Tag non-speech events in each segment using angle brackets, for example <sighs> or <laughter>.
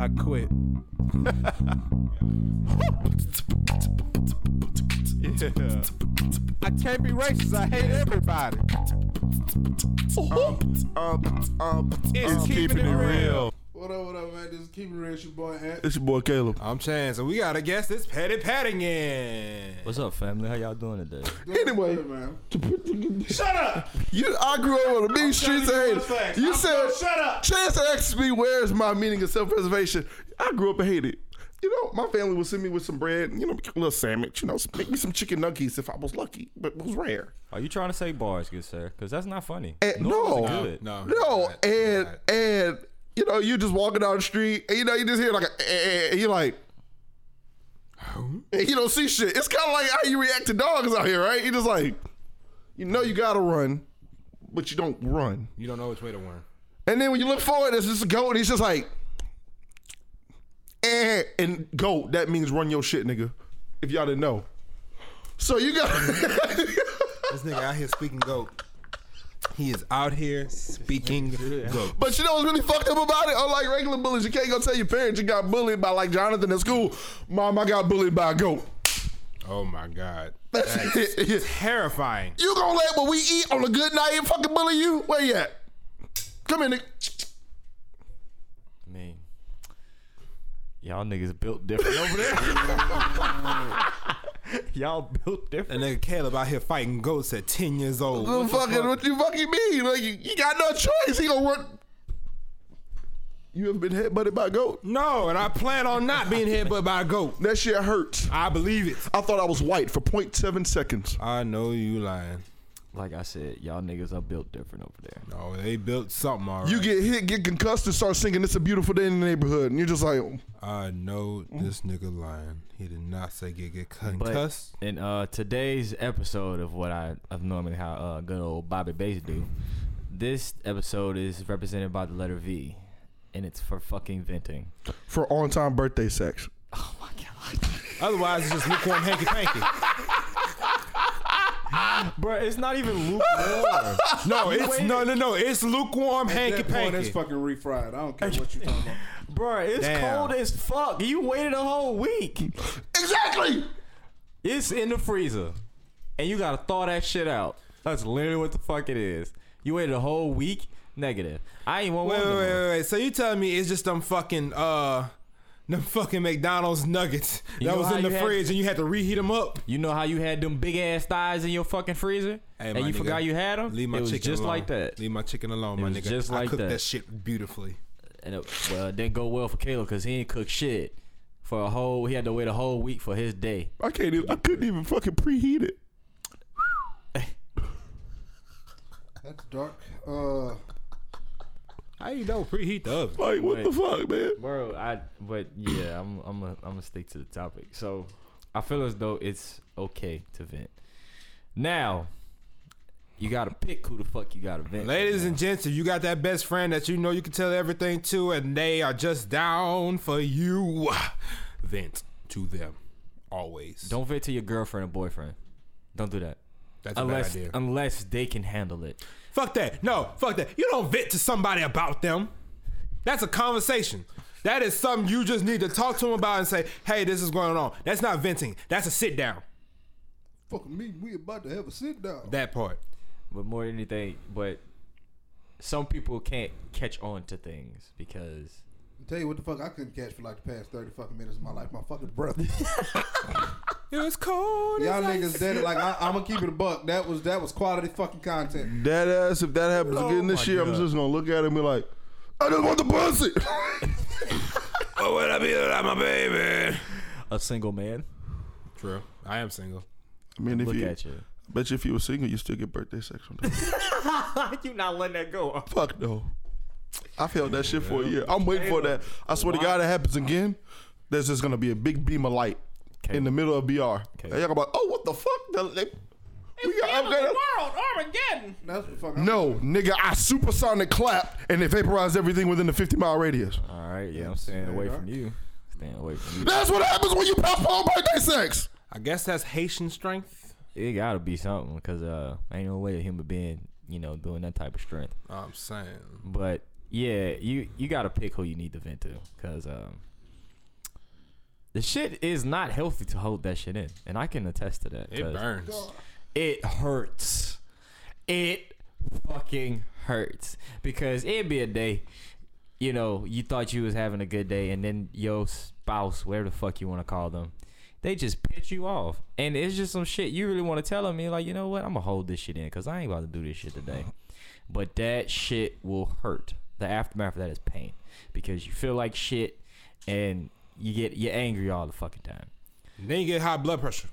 I quit. Yeah. I can't be racist. I hate everybody. It's keeping, it real. What up, what up, man? This is Keep It Real, it's your boy Ant. It's your boy Caleb. I'm Chance, and we got to guess this Petty Paddington. What's up, family? How y'all doing today? Anyway, man. Shut up! You, I grew up on the mean streets of Haiti. You said, shut up. Chance asked me, where's my meaning of self preservation? I grew up in Haiti. You know, my family would send me with some bread, you know, a little sandwich, you know, make me some chicken nuggets if I was lucky, but it was rare. Are you trying to say bars, good sir? Because that's not funny. And Nor was it Eh, no. good. No, No, not- and not. and you know, you just walking down the street, and you know, you just hear like a, eh, eh, and you're like, and you don't see shit. It's kind of like how you react to dogs out here, right? You just like, you know, you gotta run, but you don't run. you don't know which way to run. And then when you look forward, it's just a goat, and he's just like, eh, and goat. That means run your shit, nigga. If y'all didn't know, so you got. <laughs> This nigga out here speaking goat. He is out here speaking goat. But you know what's really fucked up about it? Unlike regular bullies, you can't go tell your parents you got bullied by like Jonathan at school. Mom, I got bullied by a goat. <laughs> Oh my god, That's it. terrifying. You gonna let what we eat on a good night and fucking bully you? Where you at? Come in, nigga. I mean, y'all niggas built different over there. <laughs> y'all built That different. nigga Caleb out here fighting goats at ten years old. What, What the fucking, fuck? what you fucking mean? Like you, you got no choice. He gonna run. You ever been headbutted by a goat? No, and I plan on not being headbutted by a goat. That shit hurts. I believe it. I thought I was white for 0.7 seconds. I know you lying. Like I said, y'all niggas are built different over there. No, they built something already. You get hit, get concussed, and start singing "It's a Beautiful Day in the Neighborhood," and you're just like, I know Mm-hmm. this nigga lying. He did not say get get But concussed. in uh, today's episode of what I of normally how uh, good old Bobby Bates do, this episode is represented by the letter V, and it's for fucking venting. for on-time birthday sex. Otherwise, it's just lukewarm hanky <laughs> panky. Bruh, it's not even <laughs> lukewarm. No, it's no, no, no. It's lukewarm hanky That point panky. is fucking refried. I don't care what you talking about. Bruh, it's Damn. cold as fuck. You waited a whole week. Exactly. It's in the freezer, and you gotta thaw that shit out. That's literally what the fuck it is. You waited a whole week. Negative. I ain't want Wait, one. wait, of them. wait, wait, wait. So you telling me it's just them fucking uh, them fucking McDonald's nuggets You that know was how in the you had- fridge and you had to reheat them up? You know how you had them big ass thighs in your fucking freezer, Hey, and my you nigga, forgot you had them. Leave my it was chicken just alone. like that. Leave my chicken alone, my was nigga. just I like cooked that. that. shit beautifully. and it, well, it didn't go well for Caleb because he didn't cook shit for a whole. He had to wait a whole week for his day. I can't. Even, I couldn't even fucking preheat it. <laughs> That's dark. Uh, How you know preheat the oven? Like what the Wait. fuck, man? Bro, I but yeah, I'm I'm a, I'm gonna stick to the topic. So I feel as though it's okay to vent. Now you gotta pick who the fuck you gotta vent. to Ladies now. and gents, if you got that best friend that you know you can tell everything to, and they are just down for you, vent to them always. don't vent to your girlfriend or boyfriend. Don't do that That's a unless bad idea. unless they can handle it. fuck that. No, fuck that. You don't vent to somebody about them. That's a conversation. That is something you just need to talk to them about and say, "Hey, this is going on." That's not venting. That's a sit down. fuck me, we about to have a sit down. That part. but more than anything, but some people can't catch on to things because tell you what the fuck I couldn't catch for like the past 30 fucking minutes of my life. My fucking <laughs> breath. It's cold. Y'all it's ice. niggas did it. Like, I, I'm gonna keep it a buck. That was, that was quality fucking content. That ass. If that happens Oh again this my year, I'm God. just gonna look at it and be like, <laughs> I just want the pussy. Oh, would I be without my baby? a single man True. I am single. I mean, if look you at you. bet you if you were single, you still get birthday sex sometimes. <laughs> you not letting that go. <laughs> fuck no. I felt that shit for a year. I'm waiting for that. I swear to God, that happens again. There's just gonna be a big beam of light in the middle of BR. And y'all gonna be like, oh, what the fuck? The- they- we got upgraded. Armageddon. That's what the fuck I- No, nigga, I supersonic clapped and it vaporized everything within the 50 mile radius. All right, yeah, I'm staying away from you. Staying away from you. That's what happens when you postpone birthday sex. I guess that's Haitian strength. It gotta be something because uh, ain't no way a human being, you know, doing that type of strength. I'm saying. But yeah, you you gotta pick who you need to vent to, cause um, the shit is not healthy to hold that shit in, and I can attest to that. It 'cause burns. It hurts. It fucking hurts because it'd be a day, you know, you thought you was having a good day, and then your spouse, whatever the fuck you want to call them, they just pitch you off, and it's just some shit you really want to tell them. You're like, you know what? I'm gonna hold this shit in because I ain't about to do this shit today. But that shit will hurt. The aftermath of that is pain because you feel like shit, and you get you're angry all the fucking time. Then you get high blood pressure.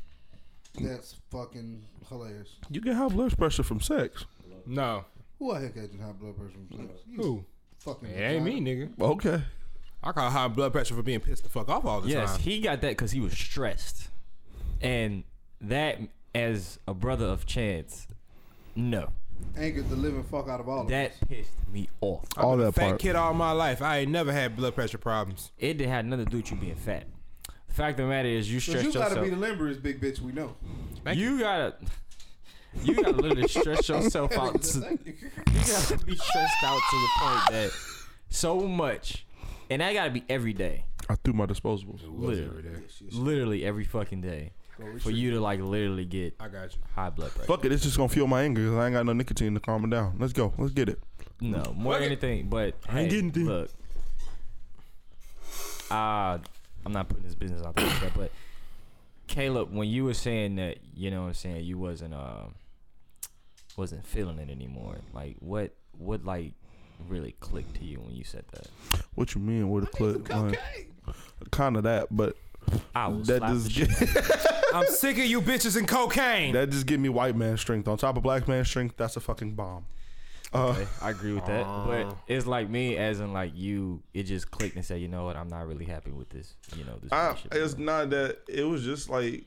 That's fucking hilarious. You get high blood pressure from sex. No. Who out here catching high blood pressure from sex? You Who? Fucking. It ain't me, vagina. nigga. Okay. I call high blood pressure for being pissed the fuck off all the Yes, time. he got that because he was stressed, and that as a brother of Chance, no, Angered the living fuck out of all of that us. pissed me off. I've All been a that fat part. kid all my life. I ain't never had blood pressure problems. It did had nothing to do with you being fat. The fact of the matter is, you Cause stressed you gotta yourself. be the limberest big bitch we know. Thank you gotta, you <laughs> gotta literally stress yourself out to Thank you. you gotta be stressed out to the point that so much, and that gotta be every day, I threw my disposables. literally, literally every fucking day, for you to like literally get I got you. high blood pressure. Fuck it, it's just gonna fuel my anger because I ain't got no nicotine to calm it down. Let's go. Let's get it. <laughs> No, more than it. anything. But I ain't getting deep. Look, uh, I'm not putting this business out there, like that, but Caleb, when you were saying that, you know, what I'm saying you wasn't uh, wasn't feeling it anymore. Like, what, what, like, really clicked to you when you said that? What you mean with a clip? Kind of that, but I was that just get, <laughs> I'm sick of you bitches and cocaine. <laughs> that just give me white man strength on top of black man strength. That's a fucking bomb. Uh, Okay, I agree with that, but it's like me, as in like you. It just clicked and said, you know what? I'm not really happy with this. You know, this. I, relationship it's anymore." not that. It was just like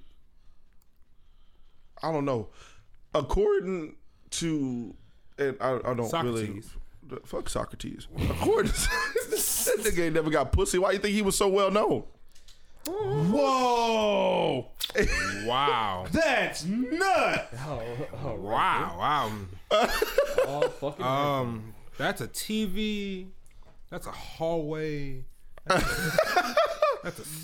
I don't know. According to and I, I don't really Socrates. fuck Socrates. According to, <laughs> that nigga ain't never got pussy. Why you think he was so well known? <laughs> Whoa! wow! That's nuts. Wow! All fucking Wow! Um, that's a TV. That's a hallway.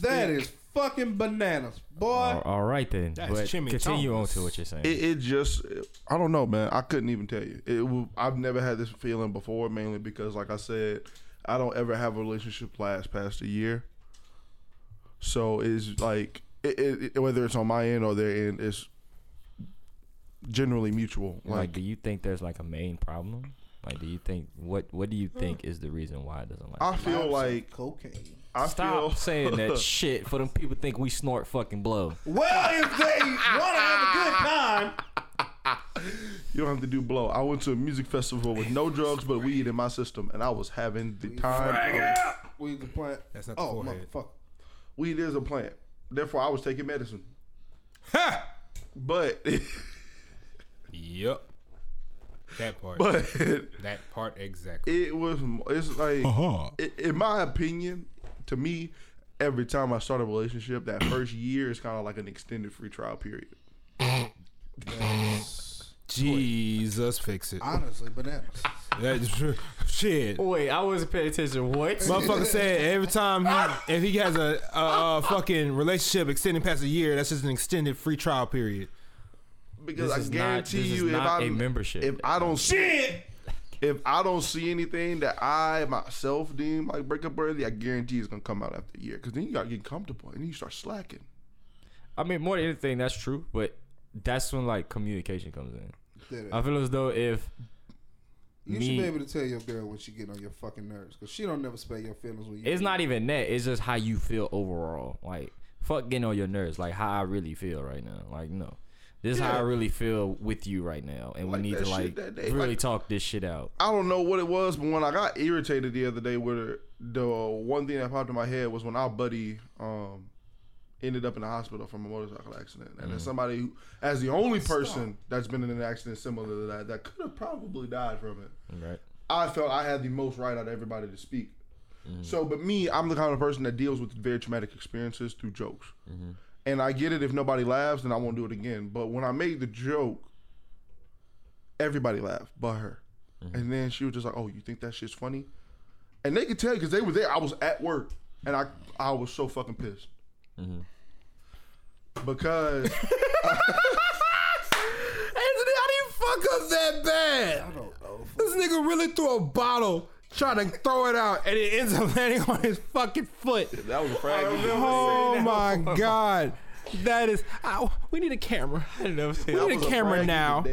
That is fucking bananas, All- boy. all right then. That's but chimichangas. continue on to what you're saying. It, it just I don't know, man. I couldn't even tell you. It, wa- I've never had this feeling before, mainly because, like I said, I don't ever have a relationship last past a year. So it's like it, it, it- whether it's on my end or their end, it's generally mutual. Like, Like, do you think there's like a main problem? Like, do you think what what do you think is the reason why it doesn't like? I feel like cocaine. I Stop feel <laughs> <laughs> saying that shit. For them people think we snort fucking blow. Well, if they want to have a good time, you don't have to do blow. I went to a music festival with no drugs but weed in my system, and I was having the time. of- we the plant. That's not the oh, forehead. motherfucker. weed is a plant. Therefore, I was taking medicine, Ha! but <laughs> Yep. That part. but. that part exactly. it was it's like Uh-huh. i- in my opinion to me every time i start a relationship that first year is kind of like an extended free trial period Jesus, fix it. Honestly, bananas. That's true. Shit. Wait, I wasn't paying attention. What? Motherfucker said every time he, if he has a, a, a fucking relationship extending past a year, that's just an extended free trial period. because This i is not- guarantee this is you not if i a membership. if i don't see if i don't see anything that i myself deem like breakup worthy i guarantee it's gonna come out after a year because then you gotta get comfortable and then you start slacking I mean, more than anything, that's true. But that's when like communication comes in. Did it. I feel as though if You me- should be able to tell your girl when she get on your fucking nerves, cause she don't never spare your feelings when you. it's not even that, it's just how you feel overall. Like fuck getting on your nerves. Like how I really feel right now. Like no. This is how I Yeah. really feel with you right now, and Like we need that to shit like that day, really like- talk this shit out. I don't know what it was, but when I got irritated the other day with her, the one thing that popped in my head was when our buddy um, ended up in the hospital from a motorcycle accident, and then somebody, who, as the only person that's been in an accident similar to that, that could have probably died from it. Right. I felt I had the most right out of everybody to speak. So, but me, I'm the kind of person that deals with very traumatic experiences through jokes. And I get it if nobody laughs, then I won't do it again. But when I made the joke, everybody laughed but her. And then she was just like, "Oh, you think that shit's funny?" and they could tell you because they were there. I was at work, and I I was so fucking pissed <laughs> because Anthony, how do you fuck up that bad? I don't know. This nigga really threw a bottle trying to throw it out, and it ends up <laughs> landing on his fucking foot. that was a frag. <laughs> Oh my god. That is, I, we need a camera. I didn't never seen We that. need a camera now. I've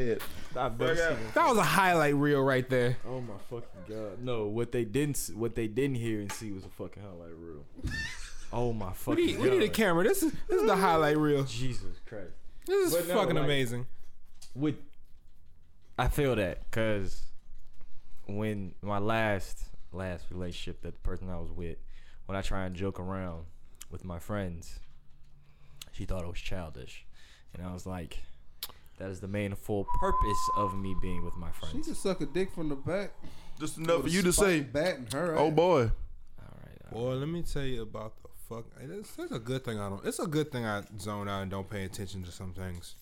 never seen it. That was a highlight reel right there. Oh my fucking god! No, what they didn't s- what they didn't hear and see was a fucking highlight <laughs> reel. oh my fucking We need, we need a God. camera. This is this is the highlight reel. Jesus Christ! This is But no, fucking like- amazing. With I feel that because when my last last relationship that the person I was with, when I try and joke around with my friends, she thought it was childish, and I was like, that is the main full purpose of me being with my She friends. just suck a dick from the back. Just enough for you to say, batting her. "Oh ass. boy, All right, Boy, let me tell you about the fuck. It's, it's a good thing I don't. It's a good thing I zone out and don't pay attention to some things.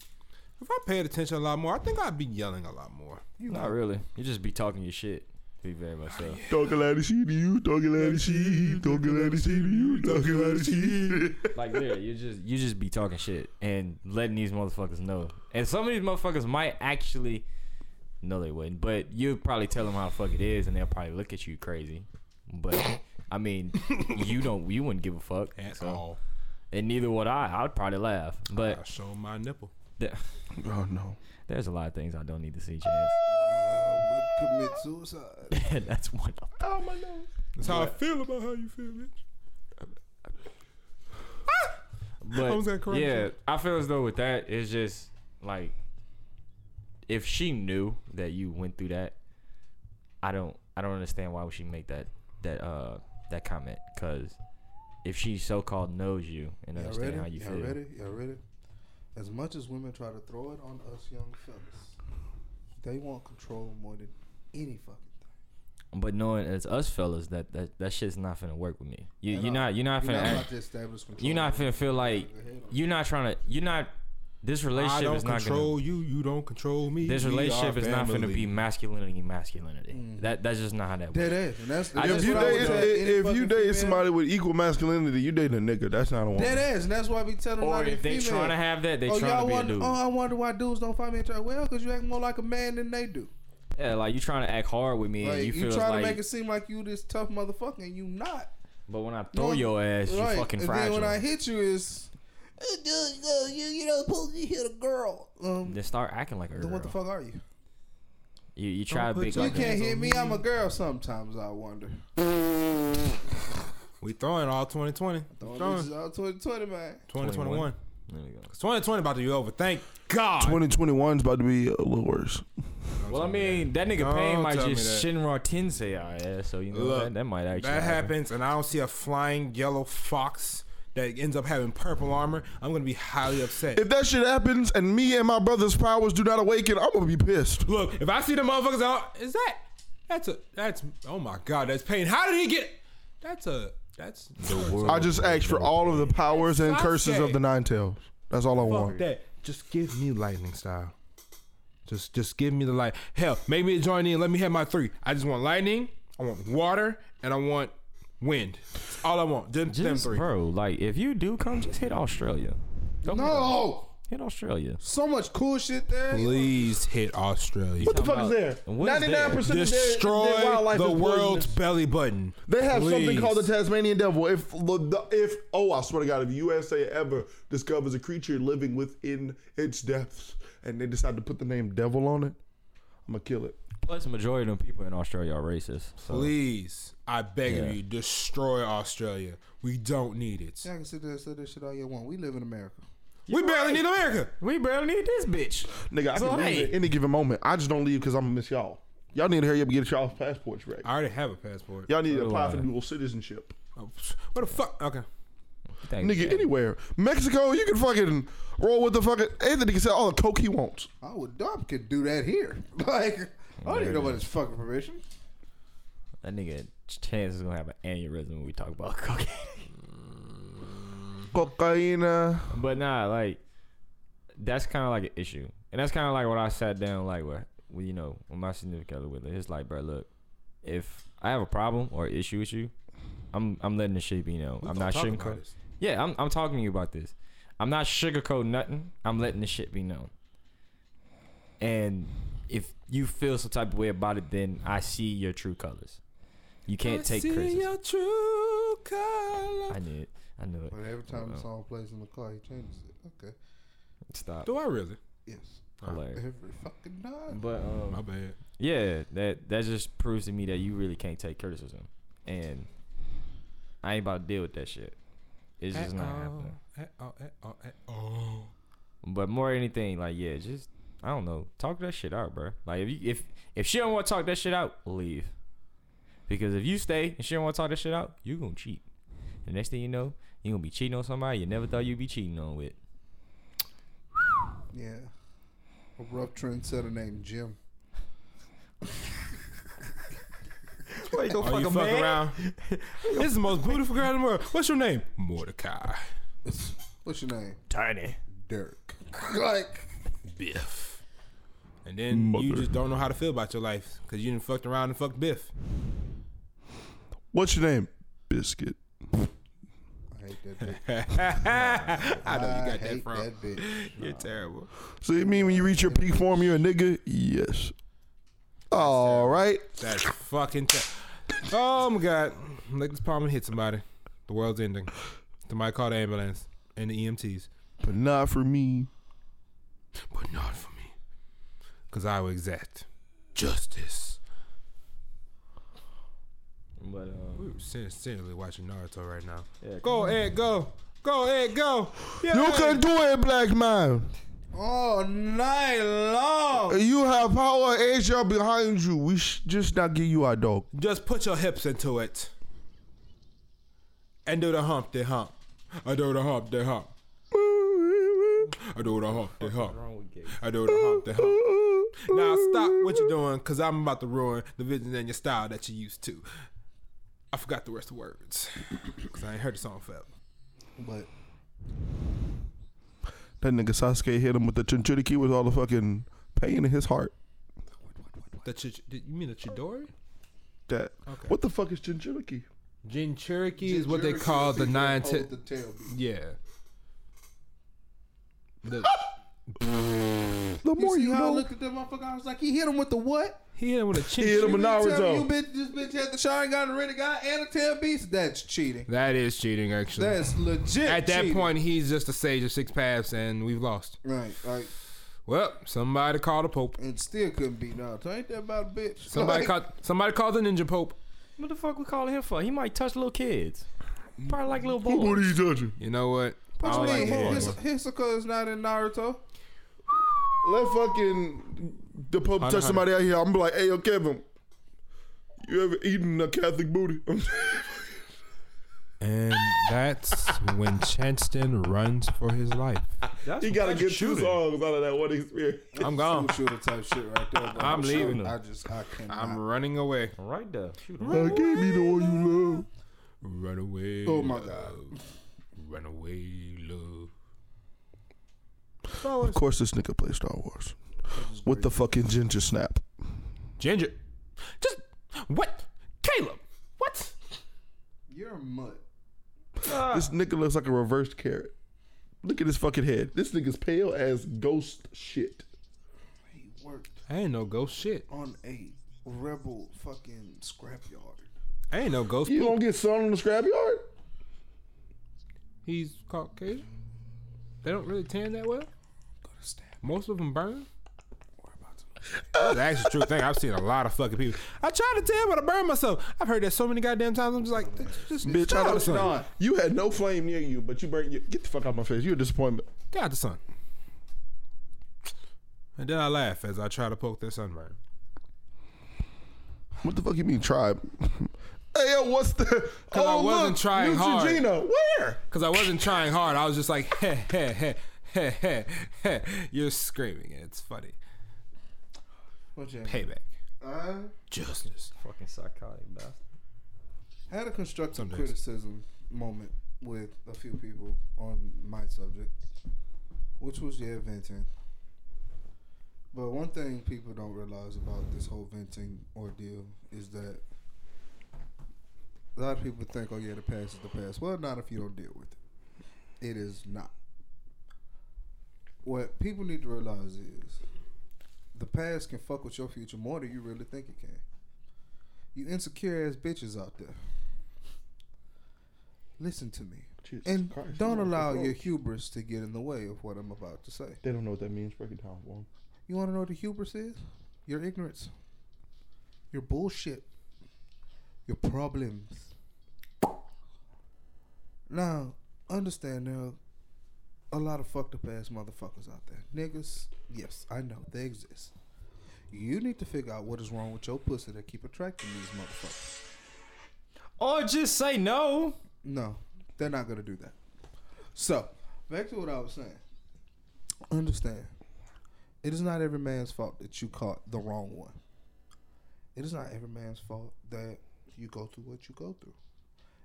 If I paid attention a lot more, I think I'd be yelling a lot more. not really. You just be talking your shit. Be very much so. talking like she to you, talking like she, talking like she to you, talking like she." Like yeah, you just you just be talking shit and letting these motherfuckers know. And some of these motherfuckers might actually no they wouldn't, but you probably tell them how the fuck it is and they'll probably look at you crazy. But I mean, you don't you wouldn't give <laughs> a fuck. At so- eh. all. And neither would I. I would probably laugh. I But show my nipple. there- <laughs> Oh no. there's a lot of things I don't need to see, Chance. <laughs> I Uh, would commit suicide. That's one of them. Oh my nose. That's how I feel about how you feel, bitch. <laughs> But I was gonna correct yeah, you. I feel as though with that, it's just like if she knew that you went through that, I don't, I don't understand why would she make that that uh that comment? Because if she so called knows you and Y'all understand ready? how you Y'all feel, ready? Y'all ready? As much as women try to throw it on us young fellas, they want control more than any fucking thing. but knowing as us fellas that that that shit's not finna work with me. You At you're all. not you're not You're finna not act- about to establish control. you're not finna feel like you're not trying to you're not this I relationship don't is not gonna control you. You don't control me. this We relationship are is not going to family. Mm. be masculinity masculinity. That that's just not how that Dead works. ass, and that's I that's If you why I would date, tell any if you fucking date female- somebody with equal masculinity, you dating a nigga. That's not a woman. dead ass, and that's why we tell them. Or like if they female, trying to have that, they oh, trying y'all to be a wonder, dude. oh, I wonder why dudes don't find me attractive. Well, because you act more like a man than they do. yeah, like you trying to act hard with me, Like, and you you, feel trying like. to make it seem like you this tough motherfucker, and you not. but when I throw No, your ass, you right. fucking and fragile. then Then, when I hit you, is you you you know supposed to hit a girl. Um, start acting like a girl. then what the fuck are you? You you try to put big your You like a- hands can't on hit me. me. I'm a girl. Sometimes I wonder. We throwing all 2020. Throwing Throwing bitches out 2020, man. 2021. There we go. 2020 about to be over. Thank God. 2021 is about to be a little worse. Well, I mean, that nigga Don't Payne might tell me just Shinra Tensei our ass, so you know Look, that, that might actually. that happen. happens, and I don't see a flying yellow fox that ends up having purple armor. I'm gonna be highly upset. If that shit happens and me and my brother's powers do not awaken, I'm gonna be pissed. Look, if I see the motherfuckers out, is that? That's a. That's. Oh my God, that's pain. How did he get? That's a. That's the world. I just asked for all of the powers and Sasuke. curses of the Nine Tails. That's all I Fuck want. that. Just give me lightning style. Just, just give me the light. Hell, make me join in. Let me have my three. I just want lightning. I want water, and I want wind. That's all I want. Them, them Just, three. bro, like if you do come, just hit Australia. Don't No, hit Australia. so much cool shit there. Please hit Australia. What the fuck is Talking there? about- what is there? 99% of their, their Destroy wildlife the is world's poisonous. belly button. They have something Please. called the Tasmanian devil. If the if oh I swear to God, if USA ever discovers a creature living within its depths and they decide to put the name devil on it, I'm gonna kill it. Plus, the majority of them people in Australia are racist. So. Please, I beg Yeah. of you, destroy Australia. We don't need it. Y'all can sit there and say this shit all you want. We live in America. We barely need America. We barely need this bitch. Nigga, I So, can leave hey. at any given moment. I just don't leave because I'm gonna miss y'all. Y'all need to hurry up and get y'all's passports right. I already have a passport. Y'all need to Oh, apply uh, for dual citizenship. Oh, psh, What the fuck? Okay. Thank Nigga, you. anywhere. Mexico, you can fucking roll with the fucking Anthony can sell all the coke he wants. I would dumb could do that here. <laughs> Like I don't even know about his fucking permission. That nigga Chance is gonna have an aneurysm when we talk about <laughs> cocaine. Cocaine. uh, but nah, like that's kind of like an issue, and that's kind of like what I sat down like with, with, you know, with my significant other with. It's like, bro, look, if I have a problem or issue with you, I'm I'm letting the shit be known. I'm not talk about sugarcoating. this. Yeah, I'm I'm talking to you about this. I'm not sugarcoating nothing. I'm letting the shit be known. And if you feel some type of way about it, then I see your true colors. You can't take criticism. true color. I knew it. I knew it. But every time Wow. the song plays in the car, he changes it. Okay. Stop. Do I really? Yes. Hilarious. Every fucking time. But um, My bad. Yeah, that that just proves to me that you really can't take criticism, and I ain't about to deal with that shit. It's just not happening. Oh, oh, oh. But more than anything, like yeah, just I don't know, talk that shit out, bro. Like if you if if she don't want to talk that shit out, leave. Because if you stay and she don't want to talk that shit out, you gonna cheat. The next thing you know, you gonna be cheating on somebody you never thought you'd be cheating on with. Yeah. A rough trendsetter named Jim. <laughs> Wait, don't Are Oh, you fuck <laughs> around? this is the most beautiful girl in the world. What's your name? Mordecai. What's your name? Tiny. <laughs> Dirk. like, Biff. And then you just don't know how to feel about your life because you didn't fucked around and fucked Biff. <laughs> What's your name? Biscuit. I hate that bitch. <laughs> I know you got that hate from. that bitch. You're terrible. So you mean when you reach your peak form, you're a nigga? Yes. All right. That's fucking terrible. Oh my god. Lick this palm and hit somebody. The world's ending. Somebody call the ambulance and the E EMTs. But not for me. But not for me. Because I will exact justice. But um, We were sin- sincerely watching Naruto right now. yeah, Go, Ed, go. Go, Ed, go. You Yeah. can do it, black man. All night long. You have power, Asia behind you. We sh- just not give you our dog. Just put your hips into it. And do the hump, the hump. I do the hump, the hump. I do the hump, the hump. I do the hump, the Mm. hump. Now stop what you're doing, cause I'm about to ruin the vision and your style that you used to. I forgot the rest of the words, cause I ain't heard the song forever. But That nigga Sasuke hit him with the chinchilla key with all the fucking pain in his heart. The ch- did you mean the Chidori? That. Okay. What the fuck is chinchilla key? Jin Cherokee is what they call the nine Hold ten. the tail <laughs> beat. Yeah. The- The You more see you, how I know. looked at that motherfucker? I was like, he hit him with the what? he hit him with a chin. He hit him with Tell me you Naruto. bitch, this bitch had the Sharingan, the Rinnegan, and the tail beats. That's cheating. That is cheating, actually. That's legit. At that cheating. point, he's just a sage of six paths, and we've lost. right? Like, Well, somebody called a pope. and still couldn't beat Naruto. Ain't that about a bitch? Somebody Like, called. Somebody called the ninja pope. what the fuck we calling him for? He might touch little kids, probably like little What are boys. you touching? You know what? What you I mean? don't like His- him. Hisoka is not in Naruto. Let fucking the Pope Hunter, touch somebody out here. I'm like, hey, yo, Kevin, you ever eaten a Catholic booty? <laughs> And that's when Chanston runs for his life. That's you gotta get two songs out of that one experience. I'm gone. School shooter type shit right there. but I'm leaving sure- him. I just I cannot. I'm running away. right there. Shoot him. I gave me the one you love. Run away. Oh my God. Run away, love. Of course, this nigga plays Star Wars with the fucking ginger snap. Ginger. Just what? Caleb. What? You're a mutt. This nigga looks like a reversed carrot. Look at his fucking head. This nigga's pale as ghost shit. He worked I ain't no ghost shit. on a rebel fucking scrapyard. I ain't no ghost. You don't get sun in the scrapyard? He's Caucasian. They don't really tan that well. Most of them burn. That's the actual true thing. I've seen a lot of fucking people. I try to tan, but I burn myself. I've heard that so many goddamn times. I'm just like, just Bitch, get I out the don't sun. know. You had no flame near you, but you burnt. Your, get the fuck out my face. You're a disappointment. Get out the sun. And then I laugh as I try to poke that sunburn. What the fuck you mean tribe? <laughs> hey, yo, what's the? oh, I wasn't trying hard. Neutrogena, where? Cause I wasn't trying hard. I was just like, <laughs> heh heh heh heh heh heh. You're screaming. and It's funny. What you Payback. I Justice. Fucking psychotic bastard. had a constructive Some days. criticism moment with a few people on my subject, which was yeah venting. But one thing people don't realize about this whole venting ordeal is that a lot of people think, oh yeah, the past is the past. Well, not if you don't deal with it. It is not. What people need to realize is the past can fuck with your future more than you really think it can. You insecure ass bitches out there. Listen to me. Jesus and Christ, don't you know, allow bro. your hubris to get in the way of what I'm about to say. They don't know what that means. Break it down for 'em. You want to know what the hubris is? Your ignorance, your bullshit, your problems. Now, understand there are a lot of fucked up ass motherfuckers out there. Niggas, yes, I know, they exist. You need to figure out what is wrong with your pussy that keep attracting these motherfuckers. Or Oh, just say no. No, they're not gonna do that. So, back to what I was saying. Understand, it is not every man's fault that you caught the wrong one. It is not every man's fault that you go through what you go through.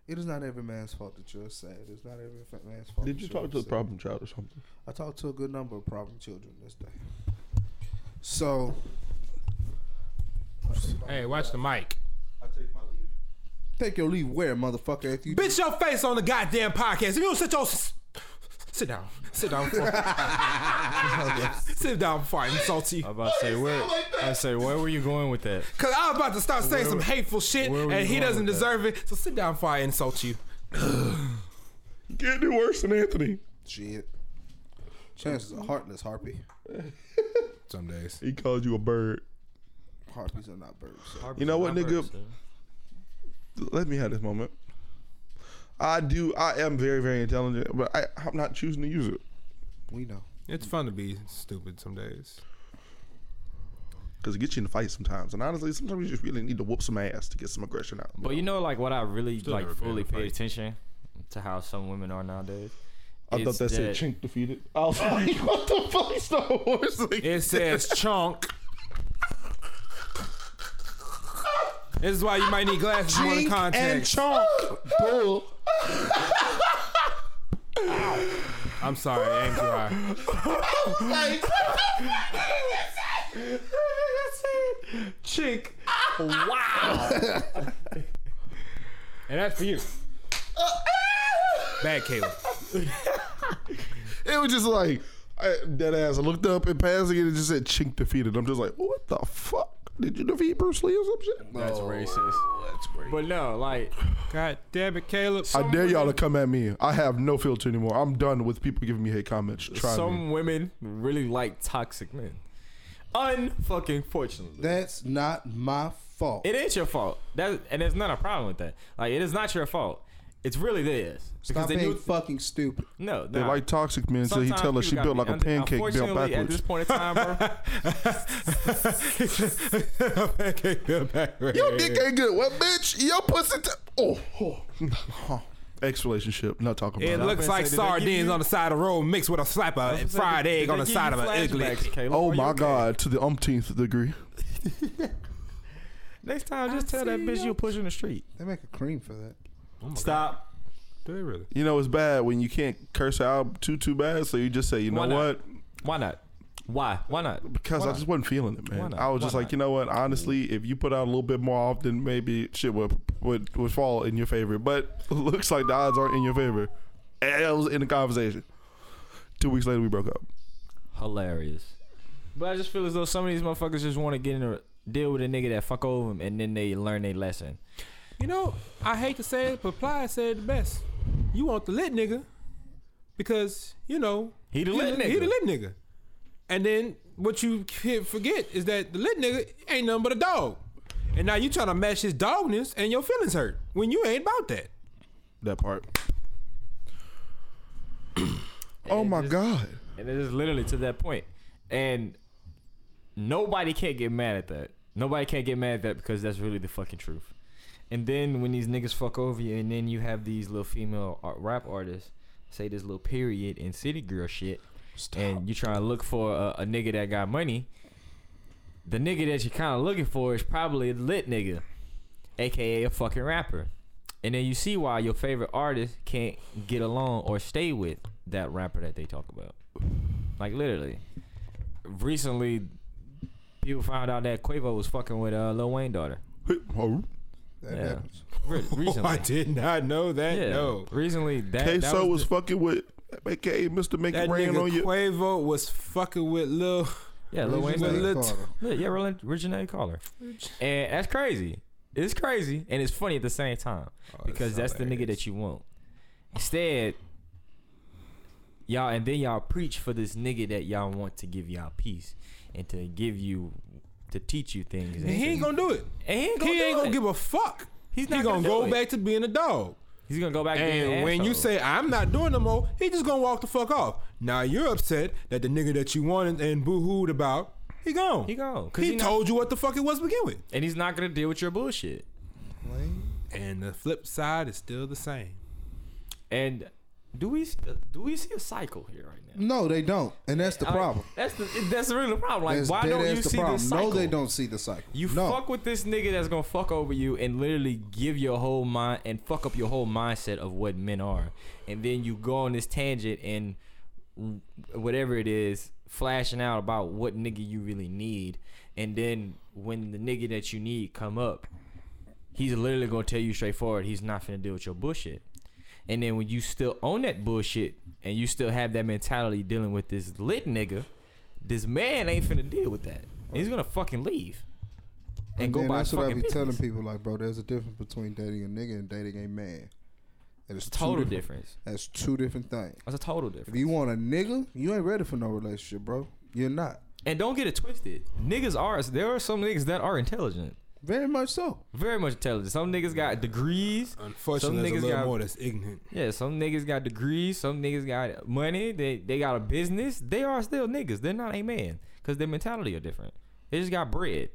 It is not every man's fault that you're sad. It's not every fa- man's fault. Did that you you're talk to the upset. problem child or something? I talked to a good number of problem children this day. So, Hey, watch the mic. I take my leave. take your leave where, motherfucker? If you Bitch your face on the goddamn podcast. If you don't sit your s- sit down. Sit down for Sit down before I insult you. I'm about to say where I say where were you going with that? Cause I was about to start saying some hateful shit where were and you he going doesn't with that? deserve it. So sit down before I insult you. Can't do worse than Anthony. shit, chances are heartless harpy. Some days. He called you a bird. Harpies are not birds. so- You know what, nigga? Let me have this moment. I do. I am very, very intelligent, but I, I'm not choosing to use it. We know. It's fun to be stupid some days. Cause it gets you in a fight sometimes, and honestly, sometimes you just really need to whoop some ass to get some aggression out. But you know, like what I really Still like never been in fully a pay fight. attention to how some women are nowadays. I It's thought that said that- Chink defeated. I was like, <laughs> what the fuck, Star Wars? Like, It says chunk. This is why you might need glasses you want to and contact. Chunk. Bull. I'm sorry, I ain't too high. Chink. And that's for you. Bad Caleb. It was just like I, dead ass. I looked up and passing, and it just said Chink defeated. I'm just like, what the fuck? Did you defeat Bruce Lee or some shit? That's racist. But no, like God damn it, Caleb. I dare y'all to <laughs> come at me. I have no filter anymore. I'm done with people giving me hate comments. Try me. Some women really like toxic men. Unfucking fortunately. That's not my fault. it ain't your fault. That and there's not a problem with that. Like it is not your fault. It's really theirs because Stop they being knew. fucking stupid. No, They nah. like toxic men, so he Sometimes tell her people she gotta built be like a under- pancake built unfortunately, At this backwards. point in time, <laughs> bro, Your dick ain't good. Well, bitch, your pussy. T- oh, oh. ex relationship. Not talking It about. It looks gonna like say, did they give sardines you- on the side of the road mixed with a slap of Did fried they egg on the give side you of an ugly. flashbacks, Caleb? oh Are you my okay? god, to the umpteenth degree. next time just tell that bitch you push in the street. They make a cream for that. Stop. Do they really? You know it's bad when you can't curse out too too bad, so you just say, you know Why not? what? Why not? Why? Why not? Because I just wasn't feeling it, Why man. not? I was just Why like, not? you know what? Honestly, if you put out a little bit more often, maybe shit would would, would fall in your favor. But <laughs> it looks like the odds aren't in your favor. And it was in the conversation. Two weeks later, we broke up. Hilarious. But I just feel as though some of these motherfuckers just want to get in a deal with a nigga that fuck over them, and then they learn their lesson. You know, I hate to say it, but Ply said it the best. You want the lit nigga because, you know, He the you- lit nigga. He the lit nigga. And then what you can't forget is that the lit nigga ain't nothing but a dog. And now you trying to match his dogness and your feelings hurt when you ain't about that. That part. oh my god. And it is literally to that point. And nobody can't get mad at that. Nobody can't get mad at that because that's really the fucking truth. And then when these niggas fuck over you, and then you have these little female art, rap artists say this little period and city girl shit, and you trying to look for a, a nigga that got money. The nigga that you're kind of looking for is probably a lit nigga, aka a fucking rapper. And then you see why your favorite artist can't get along or stay with that rapper that they talk about. Like literally, recently, people found out that Quavo was fucking with uh, Lil Wayne daughter. Hey, oh, That Yeah. happens. Re- <laughs> Oh, I recently. did not know that. yeah. No. Recently, that, that Queso was, the- fucking with, aka Mr. Make That It Rain nigga on you. Quavo was fucking with Lil. yeah, Lil Wayne's Regina nigga. Carter. Lit- Yeah, yeah, origin- originated caller. And that's crazy. It's crazy and it's funny at the same time Oh, because that's the nigga that you want. Instead, y'all and then y'all preach for this nigga that y'all want to give y'all peace and to give you to teach you things. And he ain't to- gonna do it. and he ain't gonna, He do ain't gonna it. give a fuck. He's he not gonna, gonna go do it. back to being a dog. He's gonna go back. to being And an when you asshole. say I'm not doing no more, he just gonna walk the fuck off. Now you're upset that the nigga that you wanted and boo-hooed about, he gone. he gone, 'cause He, not- told you what the fuck it was to begin with. and he's not gonna deal with your bullshit. Lame. And the flip side is still the same. And do we do we see a cycle here right now? No, they don't, and that's the Like, problem. That's the that's really the problem. Like, That's why dead don't ass you the see problem. this cycle? No, they don't see the cycle. You no. fuck with this nigga that's gonna fuck over you and literally give your whole mind and fuck up your whole mindset of what men are, and then you go on this tangent and whatever it is, flashing out about what nigga you really need, and then when the nigga that you need come up, he's literally gonna tell you straightforward he's not finna deal with your bullshit. And then when you still own that bullshit and you still have that mentality dealing with this lit nigga, this man ain't finna deal with that. And he's gonna fucking leave. And, go then buy that's his what I fucking be business. telling people. Like, bro, there's a difference between dating a nigga and dating a man. And it's two Total different- difference. That's two different things. That's a total If difference. you want a nigga, you ain't ready for no relationship, bro. You're not. And don't get it twisted. Niggas are there are some niggas that are intelligent. Very much so. Very much intelligent. Some niggas got degrees. Unfortunately, there's niggas a little got- more that's ignorant. Yeah, some niggas got degrees, some niggas got money, they they got a business. They are still niggas. They're not a man because their mentality are different. They just got bread,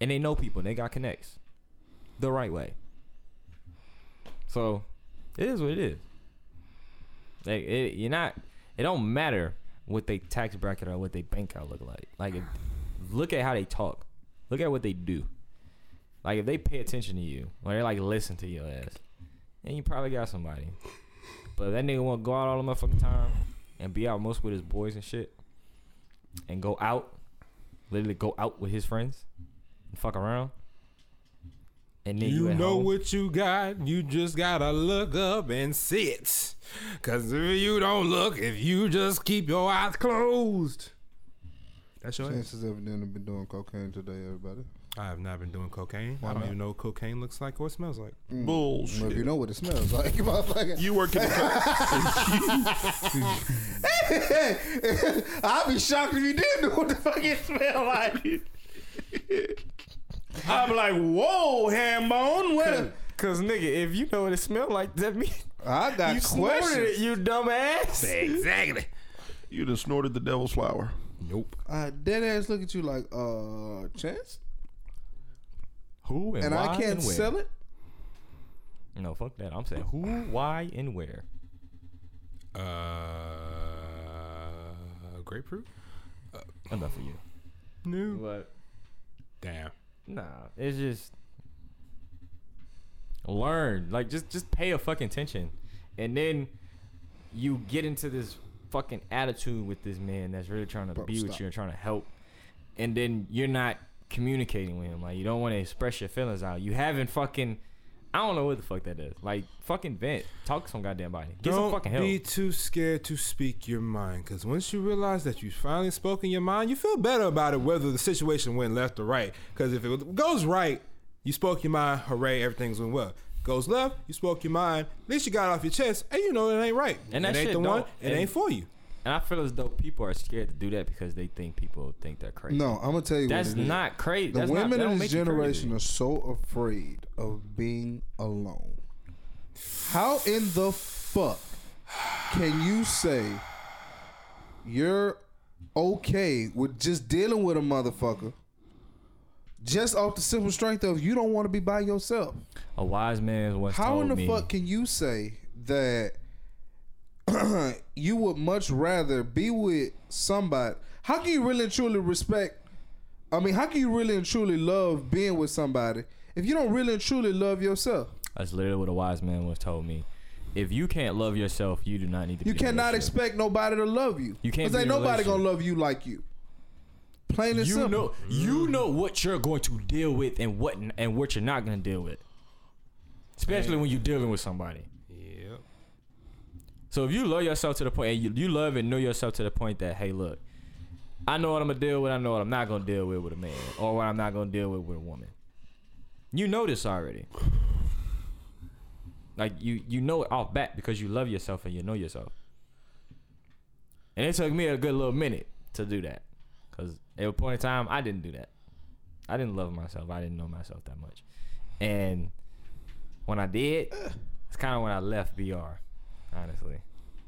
and they know people. and They got connects, the right way. So, it is what it is. Like it, you're not. It don't matter what they tax bracket or what they bank out look like. Like, if, look at how they talk. Look at what they do. Like if they pay attention to you, or they like listen to your ass, then you probably got somebody. But if that nigga want to go out all the motherfucking time and be out most with his boys and shit, and go out, literally go out with his friends and fuck around. And then you, You at know home, what you got. You just gotta look up and see it. Cause if you don't look, if you just keep your eyes closed. That's your answer. Chances of them have been doing cocaine today, everybody. I have not been doing cocaine. Why I don't not? even know what cocaine looks like or smells like. Well, if you Bullshit. know what it smells like, <laughs> motherfucker. You work in the I'd be shocked if you didn't know what the fuck it smell like. I'm like, whoa, ham bone. What? Cause nigga, if you know what it smell like, that means I got you snorted questions. it, you dumbass. Exactly. you done snorted the devil's flower. Nope. I dead ass look at you like, uh, chance, Who and, and why I can't and where? sell it. No, fuck that. I'm saying who, why, and where. Uh, grapefruit? Enough of you. No. Like, Damn. Nah, it's just learn. Like just just pay a fucking attention, and then you get into this fucking attitude with this man that's really trying to Bro, be with stop. you and trying to help, and then you're not communicating with him. Like you don't want to express your feelings out. You haven't fucking. I don't know what the fuck that is. Like fucking vent, talk to some goddamn body, get Don't some fucking help. be too scared to speak your mind, because once you realize that you finally spoken your mind, you feel better about it, whether the situation went left or right. Because if it goes right, you spoke your mind, hooray, everything's went well. Goes left, you spoke your mind. At least you got it off your chest, and you know it ain't right. And it that ain't shit the one. don't- It and- ain't for you. and I feel as though people are scared to do that because they think people think they're crazy. No, I'm gonna tell you. that's what it is. not crazy. The That's not- women that don't in make this you crazy. generation are so afraid of being alone. How in the fuck can you say you're okay with just dealing with a motherfucker just off the simple strength of you don't want to be by yourself? A wise man once How told in the me, fuck can you say that <clears throat> you would much rather be with somebody? How can you really and truly respect? I mean, how can you really and truly love being with somebody if you don't really and truly love yourself? That's literally what a wise man once told me. If you can't love yourself, you do not need to. You be in a cannot relationship. expect nobody to love you. You can't Because ain't be in a nobody gonna relationship. love you like you. Plain and you simple. know you know what you're going to deal with and what and what you're not going to deal with especially when you're dealing with somebody Yeah. so if you love yourself to the point and you, you love and know yourself to the point that hey look i know what i'm going to deal with i know what i'm not going to deal with with a man or what i'm not going to deal with with a woman you know this already like you you know it off bat because you love yourself and you know yourself and it took me a good little minute to do that Cause at a point in time, I didn't do that. I didn't love myself. I didn't know myself that much. And when I did, it's kind of when I left BR, honestly,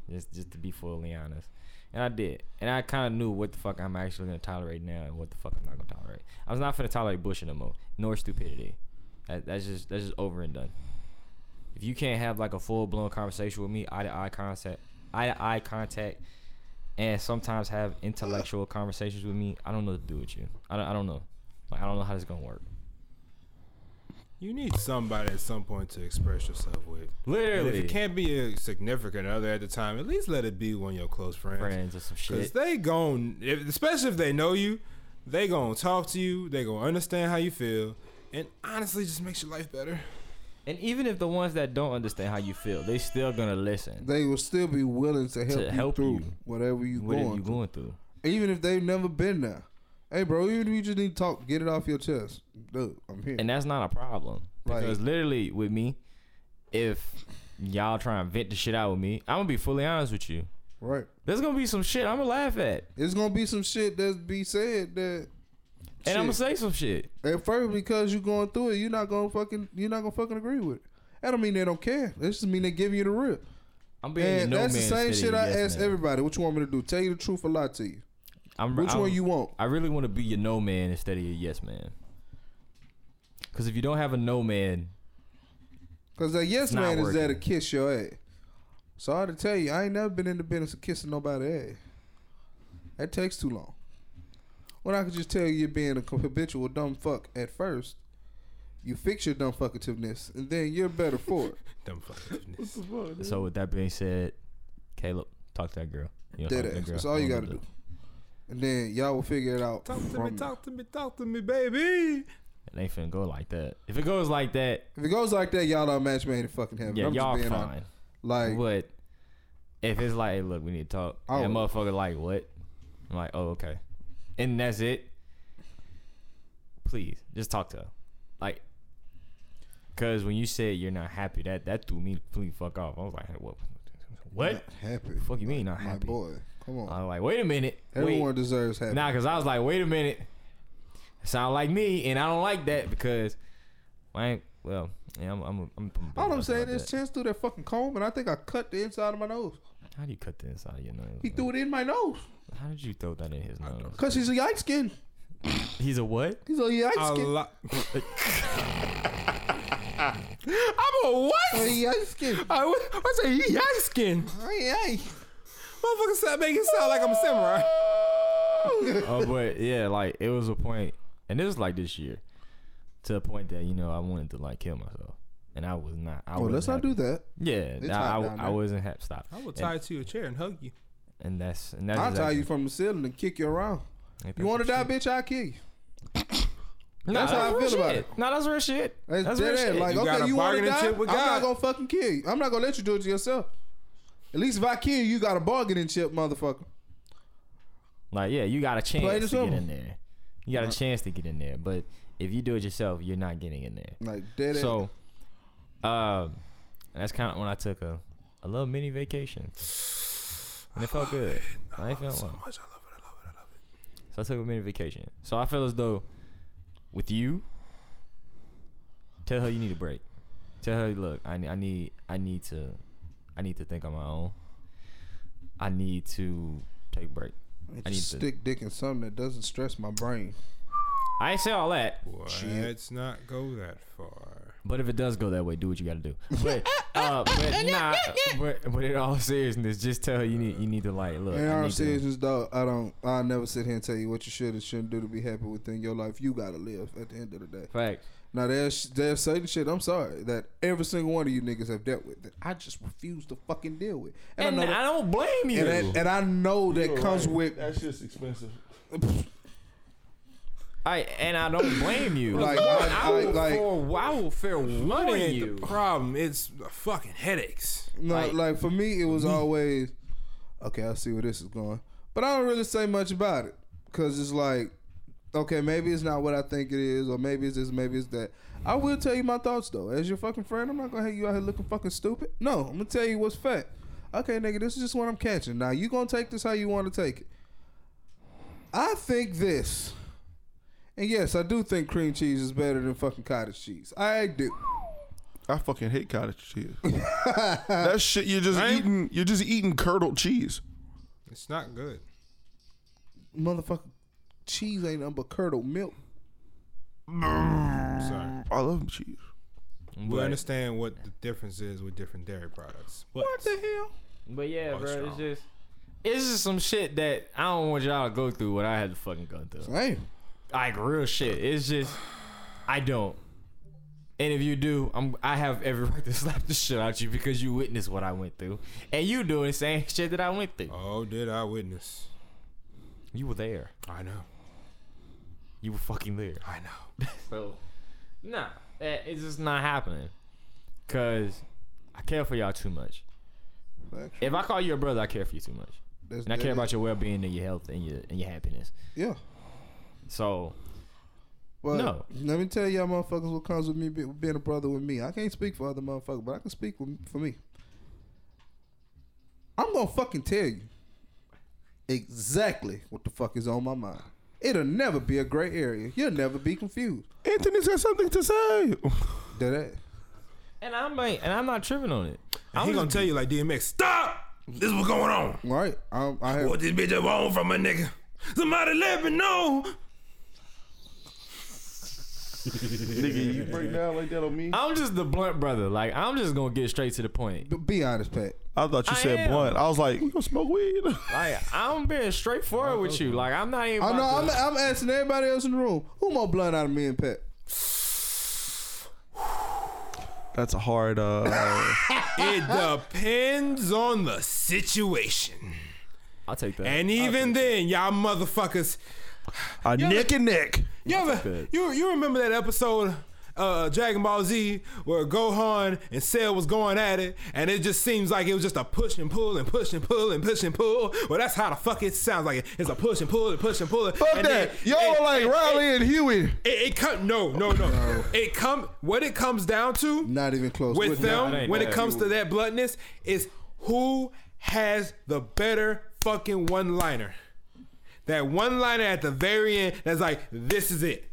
just just to be fully honest. And I did, and I kind of knew what the fuck I'm actually gonna tolerate now, and what the fuck I'm not gonna tolerate. I was not gonna tolerate bullshit no more, nor stupidity. That, that's just that's just over and done. If you can't have like a full blown conversation with me, eye to eye contact, eye to eye contact, and sometimes have intellectual conversations with me, I don't know what to do with you. I don't, I don't know. Like, I don't know how this gonna work. You need somebody at some point to express yourself with. And if Literally, it can't be a significant other at the time, at least let it be one of your close friends. friends or some Cause shit. they gon' if, especially if they know you, they gonna talk to you. They gonna understand how you feel, and honestly, just makes your life better. And even if the ones that don't understand how you feel, they still gonna listen. they will still be willing to help To you help through you. whatever you What are going, you going through? through. even if they've never been there. Hey, bro, even if you just need to talk, get it off your chest. Look, I'm here. And that's not a problem Right. because literally with me, if y'all try and vent the shit out with me, I'm gonna be fully honest with you. right? There's gonna be some shit I'm gonna laugh at, It's gonna be some shit that's be said that. and I'm gonna Shit. say some shit. At first, because you going through it, you're not gonna fucking you're not gonna fucking agree with it. That don't mean they don't care. That just mean they give you the rip. I'm being your And no that's the man same instead shit of I your yes ask man. everybody. What you want me to do? Tell you the truth or lie to you? I'm, Which I'm- one you want? I really want to be your no man instead of your yes man. Because if you don't have a no man, Cause that yes It's not man is there to working. kiss your ass. Sorry to tell you, I ain't never been in the business of kissing nobody ass. That takes too long. When I could just tell you you're being a habitual dumb fuck at first, you fix your dumb fuckativeness, and then you're better for it. Dumb <laughs> fucking goodness. so with that being said, Caleb, talk to that girl. You know, Dead talk to that ass. girl. That's all you Don't gotta do. And then y'all will figure it out. Talk to me, from- talk to me, talk to me, baby. It ain't finna go like that. If it goes like that, If it goes like that, y'all are match made in fucking heaven. yeah, I'm y'all just fine. being honest. Like Oh. but if it's like, hey, look, we need to talk, I and would- motherfucker, like, what? I'm like, oh, okay, and that's it. Please, just talk to her, like, cause when you said you're not happy, that that threw me completely fuck off. I was like, hey, what? What? not happy. Fuck you mean not My happy? boy. Come on. I was like, wait a minute. Everyone wait. deserves happy. Nah, cause I was like, wait a minute. Sound like me, and I don't like that because I ain't. Well, yeah, I'm. I'm. I'm, I'm All I'm saying about is, that. Chance threw that fucking comb, and I think I cut the inside of my nose. how do you cut the inside of your nose? He man? threw it in my nose How did you throw that in his nose? because he's a yike skin. He's a what? He's a yike A <laughs> skin. lot. I'm a A what? yike skin. I, what's a yak skin? <laughs> Ay, ay. Motherfucker, stop making it sound like I'm a samurai. <laughs> oh, but yeah, like it was a point, and this was like this year, to the point that you know I wanted to like kill myself, and I was not. I Oh, wasn't let's not happy. do that. It's Yeah, I, hot I, down I there. wasn't happy. Stop. I will And- tie you to a chair and hug you. And that's and that's. I'll tie exactly- you from the ceiling and kick you around. Ain't that You want to some die, shit? bitch? I'll kill you. Nah, That's how I real feel about shit. Nah, that's real shit. That's, That's real dead ass. shit. Like, You got okay, a you want to bargaining die? chip I'm with not God. gonna fucking kill you. I'm not gonna let you do it to yourself. At least if I kill you, you got a bargaining chip, motherfucker. Like, yeah, you got Plain a and chance to get simple. in there. You got a chance to get in there, but if you do it yourself, you're not getting in there. Like dead ass. So, um, that's kind of when I took a, a little mini vacation, and it felt good. I ain't felt long. much. I love it. I love it. I love it. So I took a mini vacation. So I feel as though, with you, tell her you need a break. Tell her, look, I, ne- I need, I need to, I need to think on my own. I need to take a break. I I need just to- stick dick in something that doesn't stress my brain. I ain't say all that. Boy, Shit. let's not go that far. But if it does go that way, do what you got to do. But, uh, but nah. But, but in all seriousness, just tell her you need you need to like look. In I all need to- seriousness, dog, I don't. I never sit here and tell you what you should and shouldn't do to be happy within your life. You gotta live at the end of the day. fact. Now there's there's certain shit. I'm sorry that every single one of you niggas have dealt with that I just refuse to fucking deal with. And, And I know that, I don't blame you. and, I, and I know that comes with That shit's expensive. I and I don't blame <laughs> you. Like, I, like, will like- for, I will fair Money warning ain't you. the problem. It's the fucking headaches. No, Like- like, for me, it was always okay. I see where this is going, but I don't really say much about it because it's like, okay, maybe it's not what I think it is, or maybe it's this, maybe it's that. I will tell you my thoughts though. As your fucking friend, I'm not gonna have you out here looking fucking stupid. No, I'm gonna tell you what's fact. Okay, nigga, this is just what I'm catching. Now you gonna take this how you want to take it. I think this, and yes, I do think cream cheese is better than fucking cottage cheese. I do. I fucking hate cottage cheese. that shit you're just Right? eating. You're just eating curdled cheese. It's not good. motherfucker cheese ain't nothing but curdled milk. I'm sorry. I love cheese. We But- understand what the difference is with different dairy products. But What the hell? But yeah, Oh, bro, strong. it's just it's just some shit that I don't want y'all to go through what I had to fucking go through. Damn. Like real shit. It's just I don't. And if you do, I'm I have every <laughs> right to slap the shit out you because you witnessed what I went through, and you doing the same shit that I went through. Oh, did I witness? You were there. I know. You were fucking there. I know. <laughs> So, nah, eh, it's just not happening. Cause I care for y'all too much. Factual. If I call you a brother, I care for you too much, That's, and I care about your well being and your health and your and your happiness. Yeah. So But No. Let me tell y'all motherfuckers what comes with me be- being a brother with me. I can't speak for other motherfuckers, but I can speak with, for me. I'm going to fucking tell you exactly what the fuck is on my mind. It'll never be a gray area. You'll never be confused. Anthony's got something to say. Did that? And I'm like, and I'm not tripping on it. I'm gonna tell you like DMX. Stop! This is what's going on. All right. I, I have, What this bitch up on from a nigga? Somebody let me know. Nigga, you break down like that on me. I'm just the blunt brother. Like I'm just gonna get straight to the point. b- be honest, Pat. I thought you I said am. blunt. I was like, you gonna smoke weed? Like I'm being straightforward with you. Like I'm not even. I know. about I'm, to- I'm asking everybody else in the room who more blunt out of me and Pat? <laughs> That's a hard. uh It depends on the situation. I'll take that. And even then, y'all motherfuckers, A nick and nick. you ever, you you remember that episode uh Dragon Ball Z where Gohan and Cell was going at it and it just seems like it was just a push and pull and push and pull and push and pull. Well that's how the fuck it sounds like. It's a push and pull and push and pull. Fuck and that. then- Y'all and- like and- Riley and- and Huey. It, it come no no no. It come what it comes down to Not even close. with Wouldn't- them it ain't when it that. comes to that bluntness is who has the better fucking one liner. That one liner at the very end that's like this is it.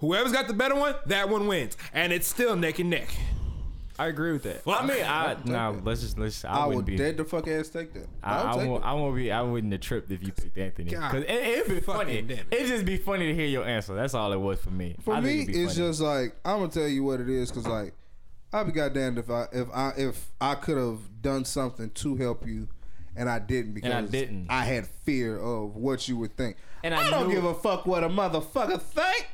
Whoever's got the better one, that one wins, and it's still neck and neck. I agree with that. I mean, I now let's just let's. I, I wouldn't would be. dead the fuck ass take that. I, I, would take won't, it. I won't be. I wouldn't have tripped if you picked Anthony. God Cause it, it'd be funny. fucking damn it. It'd just be funny to hear your answer. That's all it was for me. For I me, think it'd be it's funny. just like I'm gonna tell you what it is, cause like I'd be goddamned if I if I if I could have done something to help you, and I didn't because I didn't. I had fear of what you would think. And And I I, don't knew- give a fuck what a motherfucker think.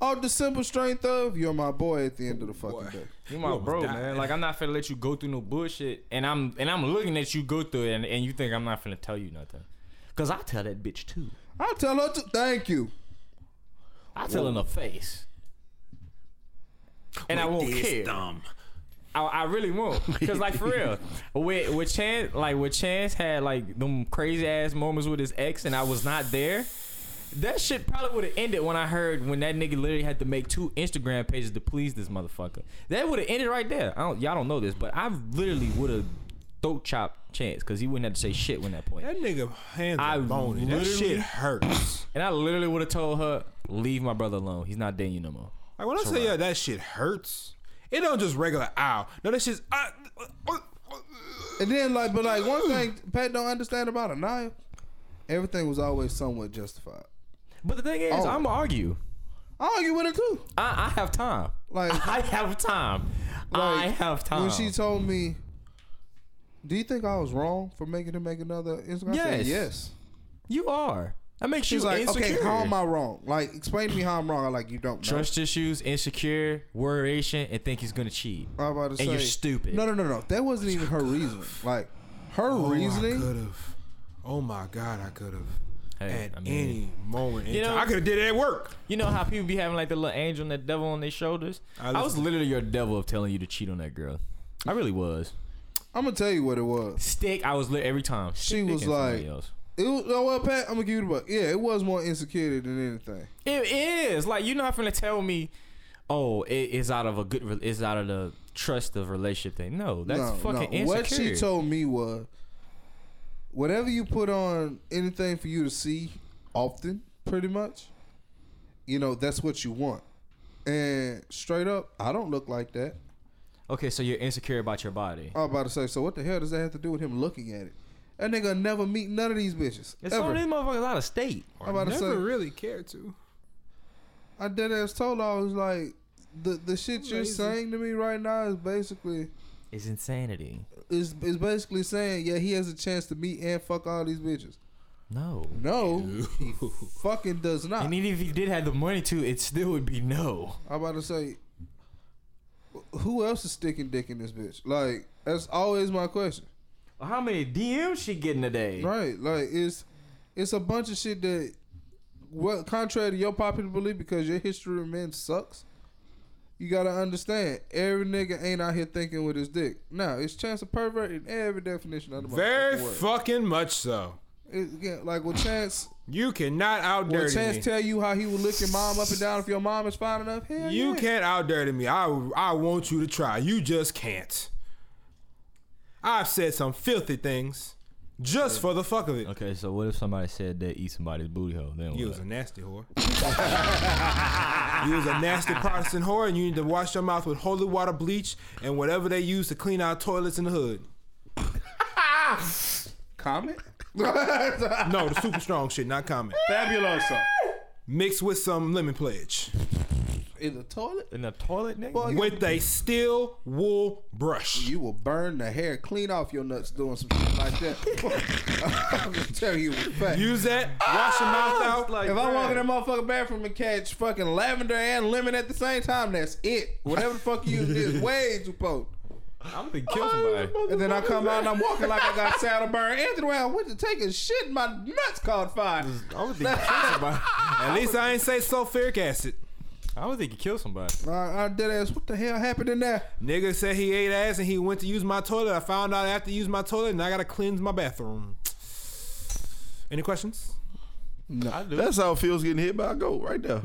All the simple strength of you're my boy at the end of the fucking day. You my almost bro, died. man. Like I'm not finna let you go through no bullshit, and I'm and I'm looking at you go through it, and, and you think I'm not finna tell you nothing, cause I tell that bitch too. I'll tell her to thank you. I tell in the face, and I won't care. I, I really won't, cause like for real, with with Chance, like with Chance had like them crazy ass moments with his ex, and I was not there. That shit probably would have ended when I heard when that nigga literally had to make two Instagram pages to please this motherfucker. That would have ended right there. I don't, y'all don't know this, but I literally would have throat chopped Chance because he wouldn't have to say shit when that point. That nigga hands I are bony. That literally- shit hurts. And I literally would have told her, "Leave my brother alone. He's not dating you no more." Like when I say yeah, that shit hurts. It don't just regular ow. No, that shit's. Uh, uh, uh, And then like, but like one thing Pat don't understand about Anaya, everything was always somewhat justified. But the thing is, Oh. I'm gonna argue. I argue with her too. I, I have time. Like- <laughs> I have time. I Like, have time. When she told me, "Do you think I was wrong for making him make another Instagram?" I Yes. said, yes. You are. That makes She's you like, insecure. "Okay, how am I wrong? Like, explain to me how I'm wrong." I'm like, "You don't know." Trust issues, insecure, worration, and think he's gonna cheat. I'm about to say, and you're stupid. No, no, no, no. That wasn't even her reason. Like, her oh, I reasoning. could have. Oh my god, I could have. Hey, at I mean, any moment. in You time. know- I could have did it at work. you know how people be having like the little angel and the devil on their shoulders. I I was listen- literally your devil of telling you to cheat on that girl. I really was. I'm gonna tell you what it was. Stick. I was lit every time. She Stick was and somebody like- else. It was, oh well, Pat. I'm gonna give you the buck. Yeah, it was more insecurity than anything. It is like you're not gonna tell me, oh, it is out of a good, re- it's out of the trust of relationship thing. No, that's fucking insecure. What she told me was, whatever you put on anything for you to see often, pretty much, you know, that's what you want. And straight up, I don't look like that. okay, so you're insecure about your body. I was about to say, so what the hell does that have to do with him looking at it? That nigga never meet none of these bitches. It's ever. all these motherfuckers out of state. I'm about to say, really cared to. I dead ass told her, I was like, the the shit you're Lazy. saying to me right now is basically It's insanity. is is basically saying, yeah, he has a chance to meet and fuck all these bitches. No. No, he fucking does not. And even if you did have the money to, it still would be no. I'm about to say, who else is sticking dick in this bitch? Like that's always my question, How many DMs she getting today? right? Like it's it's a bunch of shit that, well, contrary to your popular belief, because your history of men sucks. You gotta understand, every nigga ain't out here thinking with his dick. Now it's chance of pervert in every definition of the Very motherfucking word. fucking much so. It- again, like with chance, You cannot out will dirty chance me. tell you how he would lick your mom up and down if your mom is fine enough? Hell You yeah. can't out dirty me. I I want you to try. You just can't. I've said some filthy things just for the fuck of it. Okay, so what if somebody said they eat somebody's booty hole? Then You was a nasty whore. you was a nasty Protestant whore, and you need to wash your mouth with holy water, bleach, and whatever they use to clean out toilets in the hood. <laughs> comment. No, the super strong shit, not common. Fabuloso Mixed with some lemon pledge in the toilet. in the toilet, nigga. Boy, you, with a steel wool brush. you will burn the hair clean off your nuts doing some shit like that. <laughs> I'm just telling you what fact. Use that, wash your mouth Ah, out. Like, if I walk in bruh. that motherfucking bathroom and catch fucking lavender and lemon at the same time, that's it. Whatever the fuck you use is way too potent. I'm gonna kill somebody. And then I come out and I'm walking like I got saddle burn. Anthony, well, I went to take a shit. My nuts caught fire. I <laughs> would think you kill somebody. At least I ain't say sulfuric acid. I would think you kill somebody. I, I did ask. What the hell happened in there? Nigga said he ate ass and he went to use my toilet. I found out I have to use my toilet and I gotta cleanse my bathroom. Any questions? <laughs> I do. That's how it feels getting hit by a goat right there.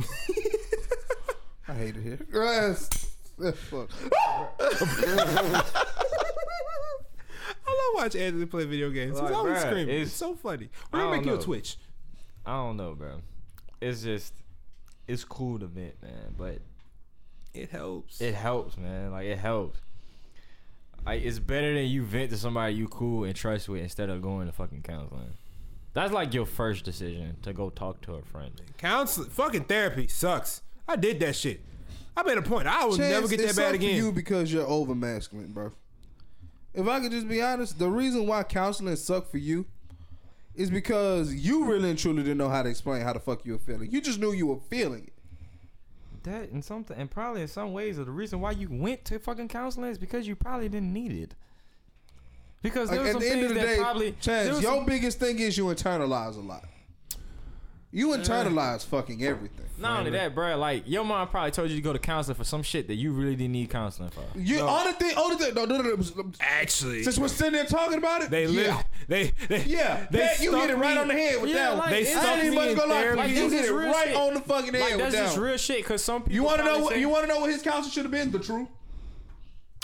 I hate it here. Yes. Fuck. I love watch Anthony play video games. Like, He's always bruh, screaming. It's, it's- so funny. I We're gonna don't make you a know. Twitch. I don't know, bro. It's just, it's cool to vent, man, but It helps. it helps, man. Like it helps. Like it's better than you vent to somebody you cool and trust with instead of going to fucking counseling. That's like your first decision to go talk to a friend. Counseling, fucking therapy sucks. I did that shit. I made a point. I will Chance, never get it that bad sucks again. For you because you're over masculine, bro. If I could just be honest, the reason why counseling sucked for you is because you really and truly didn't know how to explain how the fuck you were feeling. You just knew you were feeling it. That and something and probably in some ways the reason why you went to fucking counseling is because you probably didn't need it. Because there Like, was at some the end things of the that day, probably there Chance, was your some- biggest thing is you internalize a lot. You Uh. internalize fucking everything. not only that, bro. Like your mom probably told you to go to counseling for some shit that you really didn't need counseling for. You only thing, only thing. No, no, no, no. Actually, Since we're sitting there talking about it, they yeah, live. They, they, Yeah, They Pat, you hit stuck it right me- on the head with Yeah, that one. like, They it's- stuck I ain't me even in gonna lie. therapy. Like, you This hit is it real right shit. on the fucking head Like with that's that just one. real shit. Cause some people You want to know probably what? say- You want to know what his counsel should have been? The truth.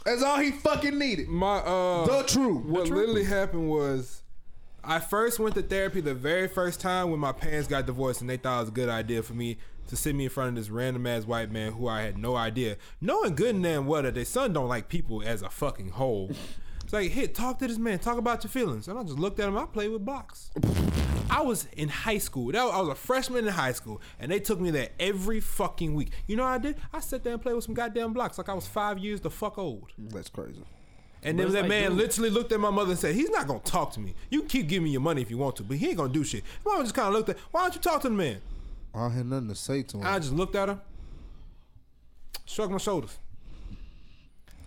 That's all he fucking needed. My uh, The truth. What literally happened was, I first went to therapy the very first time when my parents got divorced, and they thought it was a good idea for me to sit me in front of this random ass white man who I had no idea, knowing good and damn well that their son don't like people as a fucking whole. It's like, hey, talk to this man, talk about your feelings, and I just looked at him. I played with blocks. I was in high school. That was, I was a freshman in high school, and they took me there every fucking week. You know what I did? I sat there and played with some goddamn blocks like I was five years the fuck old. That's crazy. And then it's that like, man dude. literally looked at my mother and said, "He's not gonna talk to me. You can keep giving me your money if you want to, but he ain't gonna do shit." My mom just kind of looked at, "Why don't you talk to the man?" I don't have nothing to say to him. I just looked at her, shrugged my shoulders.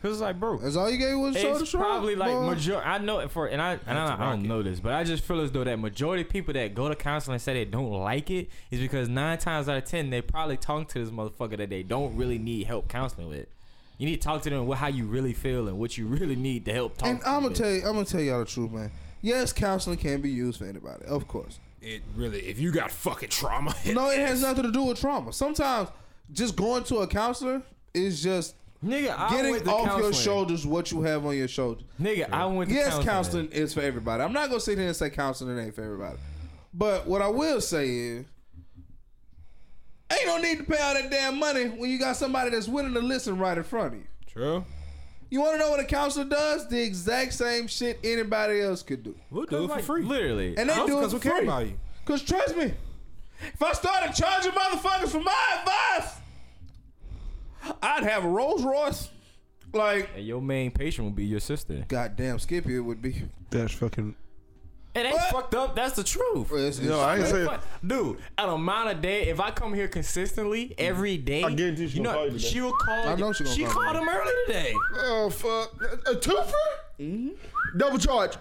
Cause it's like, bro, That's all you gave was shoulder it's shrug. probably like boy. major. I know it for, and I and I, I don't know this, but I just feel as though that majority of people that go to counseling and say they don't like it is because nine times out of ten they probably talk to this motherfucker that they don't really need help counseling with. You need to talk to them with how you really feel and what you really need to help talk. And to I'm gonna with. tell you, I'm gonna tell y'all the truth, man. Yes, counseling can be used for anybody, of course. It really, if you got fucking trauma, <laughs> No, it has nothing to do with trauma. Sometimes just going to a counselor is just nigga, I getting went to off your counseling. shoulders what you have on your shoulders. Nigga, I went to Yes, counseling. counseling is for everybody. I'm not gonna sit here and say counseling ain't for everybody. But what I will say is, ain't no need to pay all that damn money when you got somebody that's willing to listen right in front of you. true. You want to know what a counselor does? The exact same shit anybody else could do. We'll do it for Like, free. Literally, And they do it Because for we care free. about you. Cause trust me, if I started charging motherfuckers for my advice, I'd have a Rolls Royce. Like, and your main patient would be your sister. goddamn, Skippy, it would be. That's fucking. It ain't What? fucked up. That's the truth. It's- No, I ain't That's saying. fine. Dude, at a mile a day, if I come here consistently every day, I guarantee she you gonna call know, you today. she will call. I know she she gonna call called you. him early today. <laughs> Oh fuck! A twofer? Mm-hmm. Double charge.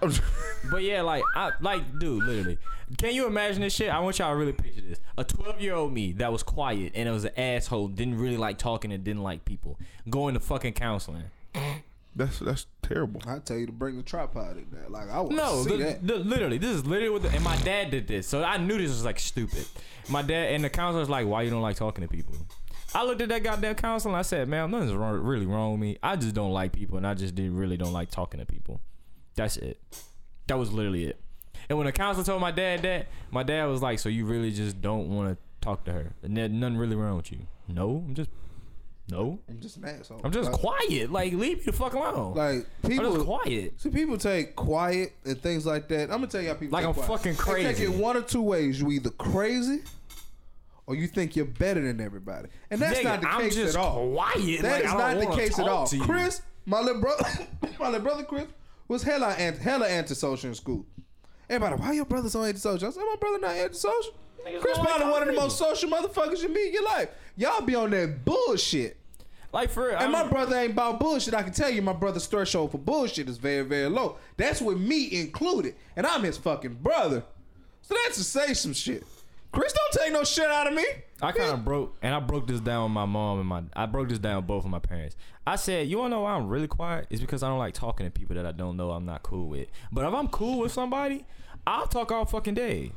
But yeah, like, I like, dude, literally. Can you imagine this shit? I want y'all to really picture this: a twelve-year-old me that was quiet and it was an asshole, didn't really like talking and didn't like people, going to fucking counseling. <laughs> that's that's terrible. I tell you to bring the tripod in there. Like I want to No, see the, that. the- literally, this is literally what. The, and my dad did this, so I knew this was like stupid. My dad and the counselor was like, "Why you don't like talking to people?" I looked at that goddamn counselor and I said, "Man, nothing's wrong, really wrong with me. I just don't like people, and I just did really don't like talking to people. That's it. That was literally it." And when the counselor told my dad that, my dad was like, "So you really just don't want to talk to her? And there's nothing really wrong with you? No, I'm just, no, I'm just an asshole. I'm just like, quiet. Like leave me the fuck alone. like I'm just people. quiet." See, people take quiet and things like that. I'm gonna tell y'all people. Like take I'm quiet. fucking They crazy. take it one or two ways. You either crazy, or you think you're better than everybody, and that's Nigga, not the I'm case just at all. Quiet. That like, is I don't not the wanna case at talk all. to you. Chris, my little brother, <coughs> my little brother Chris was hella ant- hella antisocial in school. Everybody, why your brother so antisocial? I said, my brother not antisocial. Chris don't like probably one of the people. most social motherfuckers you meet in your life. Y'all be on that bullshit. Like for real. And I my don't- brother ain't about bullshit. I can tell you my brother's threshold for bullshit is very, very low. That's with me included. And I'm his fucking brother. So that's to say some shit. Chris don't take no shit out of me. I kind of broke, and I broke this down with my mom and my. I broke this down with both of my parents. I said, "You wanna know why I'm really quiet? It's because I don't like talking to people that I don't know. I'm not cool with. But if I'm cool with somebody, I'll talk all fucking day.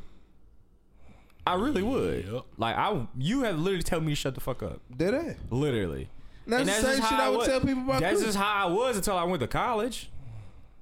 I really would. Yep. Like I, you have literally tell me to shut the fuck up. Did I? Literally. That's And the same just shit how I would was- tell people about That's Chris. just how I was until I went to college.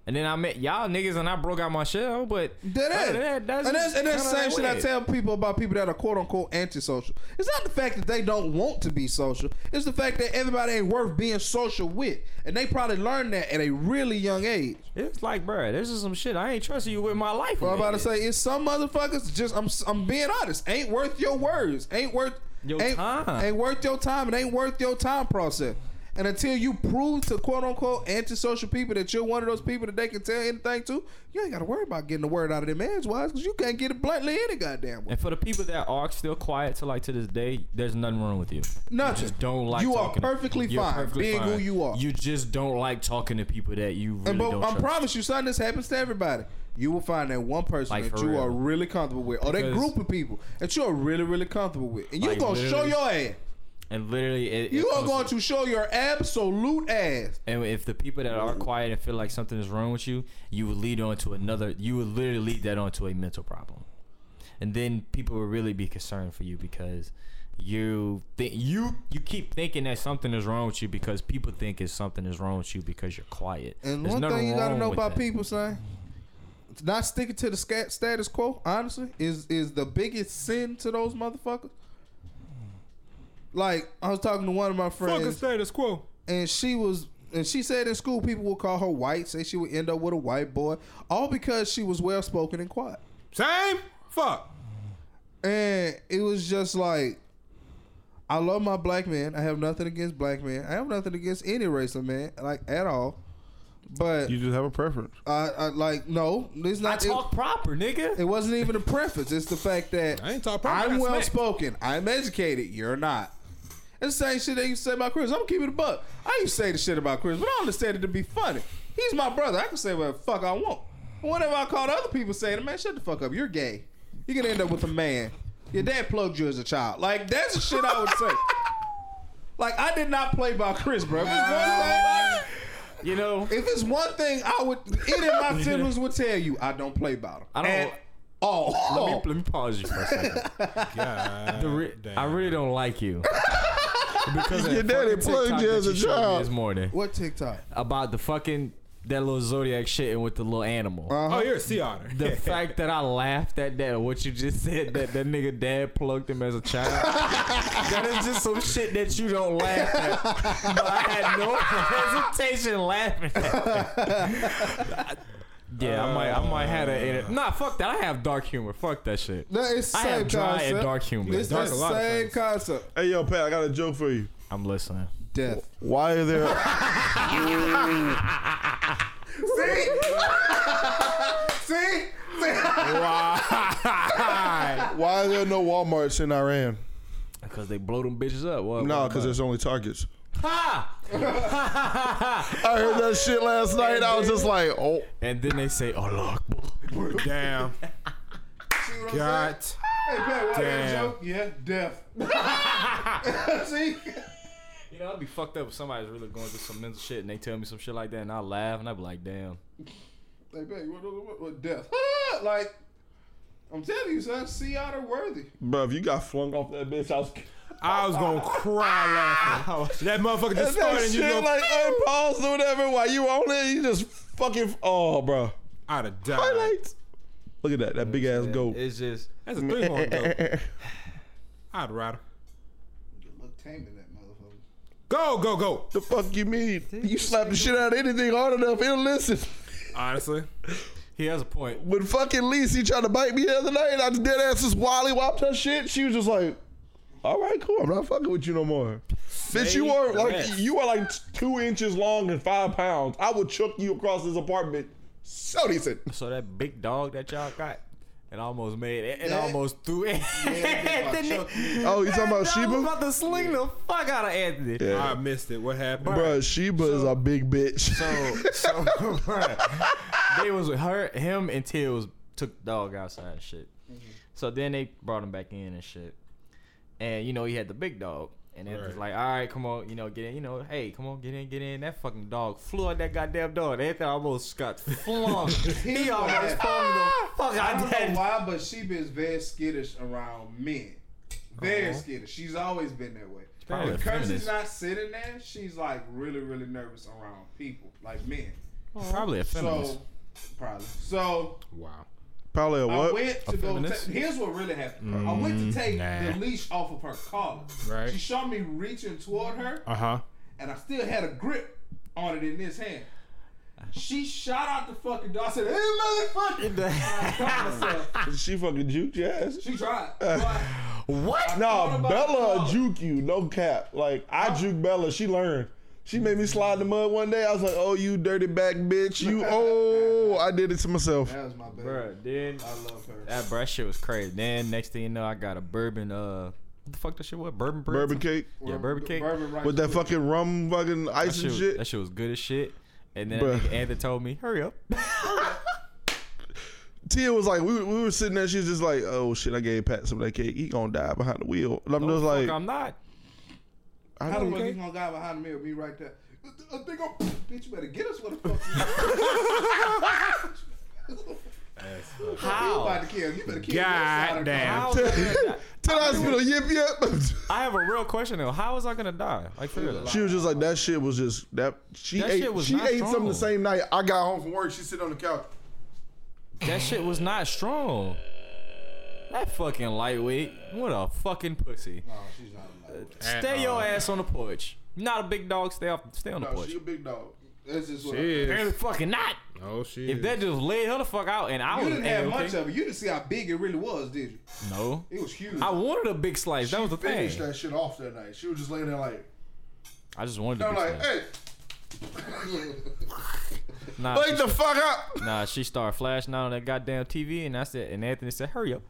And then I met y'all niggas and I broke out my shell, but That other is. than that, that's and that's, and that's the kinda same shit how it I went. tell people about people that are quote unquote antisocial. It's not the fact that they don't want to be social. It's the fact that everybody ain't worth being social with. And they probably learned that at a really young age. It's like, bruh, this is some shit I ain't trusting you with my life. But I'm about to nigga. say it's some motherfuckers just I'm I'm being honest. Ain't worth your words. Ain't worth Your ain't, time. Ain't worth your time. It ain't worth your time process. And until you prove to quote unquote antisocial people that you're one of those people that they can tell anything to, you ain't got to worry about getting the word out of them edgewise because you can't get it bluntly any goddamn way. And for the people that are still quiet to like to this day, there's nothing wrong with you. Nothing. Just don't like. You are talking to- perfectly You're fine being who fine. you are. You just don't like talking to people that you really And don't but I trust. promise you, son, this happens to everybody. You will find that one person Like, that for you real. are really comfortable with, or that Because- group of people that you are really, really comfortable with, and you Like, gonna show literally- your ass. and literally, it, You it are comes- going to show your absolute ass. And if the people that are quiet and feel like something is wrong with you, you would lead on to another. You would literally lead that on to a mental problem, and then people will really be concerned for you because you think you you keep thinking that something is wrong with you because people think it's something is wrong with you because you're quiet. And There's one nothing thing you gotta wrong know with about that. people, son, not sticking to the scat status quo, honestly, is is the biggest sin to those motherfuckers. Like I was talking to one of my Fucking friends, status quo. and she was, and she said in school people would call her white, say she would end up with a white boy, all because she was well spoken and quiet. Same. Fuck. And it was just like, I love my black man. I have nothing against black men. I have nothing against any race of man, like at all. But You just have a preference. I, I like no, it's I not. It, talk proper, nigga. it wasn't even a preference. It's the fact that I ain't talking. I'm well spoken. I'm educated. You're not. It's the same shit they used to say about Chris. I'm gonna keep it a buck. I used to say the shit about Chris, but I understand it to be funny. He's my brother. I can say whatever the fuck I want. But whenever I call other people saying it, man, shut the fuck up. You're gay. You're gonna end up with a man. Your dad plugged you as a child. Like that's the shit I would <laughs> say. like I did not play by Chris, bro. If it's one thing- You know, if it's one thing I would, any <laughs> of my siblings would tell you, I don't play oh, by them. I don't. At all. let, me, let me pause you for a second. God, The re- I really don't like you. because of Your that daddy fucking plugged TikTok you that as a showed me child. this morning <laughs> what TikTok? about the fucking that little zodiac shit and with the little animal. Uh-huh. Oh, you're a sea otter. <laughs> The fact that I laughed at that, what you just said, that that nigga dad plugged him as a <laughs> child. that is just some shit that you don't laugh at. But I had <laughs> no hesitation laughing at that. Yeah, I might, I might have a nah. Fuck that. I have dark humor. Fuck that shit. No, it's the I same have dry concept. and dark humor. It's Dark the a lot of same things. concept. <laughs> Hey, yo, Pat, I got a joke for you. I'm listening. <laughs> Death. Why are there? <laughs> See? See? Why are there no WalMarts in Iran? Because they blow them bitches up. What, No, because there's only Targets. Ha! I heard that shit last night. I was just like, oh, And then they say, "Allah." Akbar." Damn. See what I'm saying? God. Hey, Pat, why that Damn. joke? Yeah, death. <laughs> See? you know, I'd be fucked up if somebody's really going through some mental shit and they tell me some shit like that, and I laugh and I be like, damn. Hey, Pat, you want to what, what death? <laughs> like, I'm telling you, son, sea otter worthy. bro, if you got flung off that bitch, I was. I was gonna <laughs> cry laughing. That motherfucker just That started and you shit go, like unpaused or whatever. While you on it, you just fucking. Oh, bro, I'd have died. highlights. Look at that, that big ass goat. It's just, That's a three horn goat. <laughs> I'd ride him. Look tame in that motherfucker. Go, go, go. The fuck you mean? You slap the shit out of anything hard enough, it'll listen. Honestly. he has a point. When fucking Lisa tried to bite me the other night, I dead ass just wally whopped her shit. She was just like, "All right, cool. I'm not fucking with you no more." Bitch, you are like less. you are like t- two inches long and five pounds. I will chuck you across this apartment. So decent. So that big dog that y'all got, it almost made it. It That- almost threw it. that bitch about <laughs> Didn't Chucky. it? Oh, you talking about I was Sheba? about to sling the fuck out of Anthony. I missed it. What happened? Bruh, Sheba is a big bitch. So, so <laughs> they was with her, him, and Tills took the dog outside and shit. So then they brought him back in and shit. And you know he had the big dog, and it was Right. like, all right, come on, you know, get in, you know, hey, come on, get in, get in. That fucking dog flew out that goddamn door. And Anthony almost got flung. he almost flung the fuck I out don't know that. why, but she been very skittish around men. Very skittish. She's always been that way. Uh-huh. probably When a Kirsty's feminist. not sitting there, she's like really, really nervous around people, like men. Probably a feminist. <laughs> So, probably. So, Wow. Probably a I what? went to go. Ta- feminist? Mm, here's what really happened. I went to take nah. the leash off of her collar. Right. She saw me reaching toward her, Uh Uh-huh. huh. and I still had a grip on it in this hand. She shot out the fucking door. I said, "Hey, <laughs> motherfucker!" I caught myself. she fucking juked your ass. She tried. But What? thought No, about Bella it. juke you. No cap. Like I juke Bella. She learned. She made me slide in the mud one day. I was like, "Oh, you dirty back bitch. <laughs> You oh, I did it to myself." that was my bad. Bruh, then I love her. that bruh shit was crazy. Then next thing you know, I got a bourbon. Uh, what the fuck that shit was? Bourbon bread. Bourbon cake Yeah, bourbon cake. Bourbon rice with that fucking rum, fucking That ice shit, and was, shit. that shit was good as shit. And then Bruh. that nigga Anthony told me, hurry up. Tia was like, we, we were sitting there. She's just like, "Oh shit, I gave Pat some of that cake. He gonna die behind the wheel." And I'm No, just fuck, like, I'm not. I How the don't fuck care. you gonna guy behind me with me right there? I think I'm, bitch, you better get us what the <laughs> fuck. You How? about to kill. You better kill. God How damn. was I gonna die? To the hospital, yip yip. <laughs> I have a real question though. How was I gonna die? Like for real. She was just like, "That shit was just that." She That ate. shit was she not ate strong. something the same night. I got home from work. She sit on the couch. That shit was not strong. That fucking lightweight. What a fucking pussy. No, Oh, she's not. Like, Stay your ass on the porch. Not a big dog. Stay off. Stay on the No, porch. she a big dog. that's just what. She I- you is. Apparently fucking not. Oh, she If is. that just laid her the fuck out, and I was didn't have ain't much okay. of it. You didn't see how big it really was, did you? No, It was huge. I wanted a big slice. That was the She thing. Finished that shit off that night. She was just laying there like, I just wanted a I'm big like, slice. hey, Nah, she- wake the fuck up. Nah, she started flashing out on that goddamn TV, and I said, and Anthony said, "Hurry up."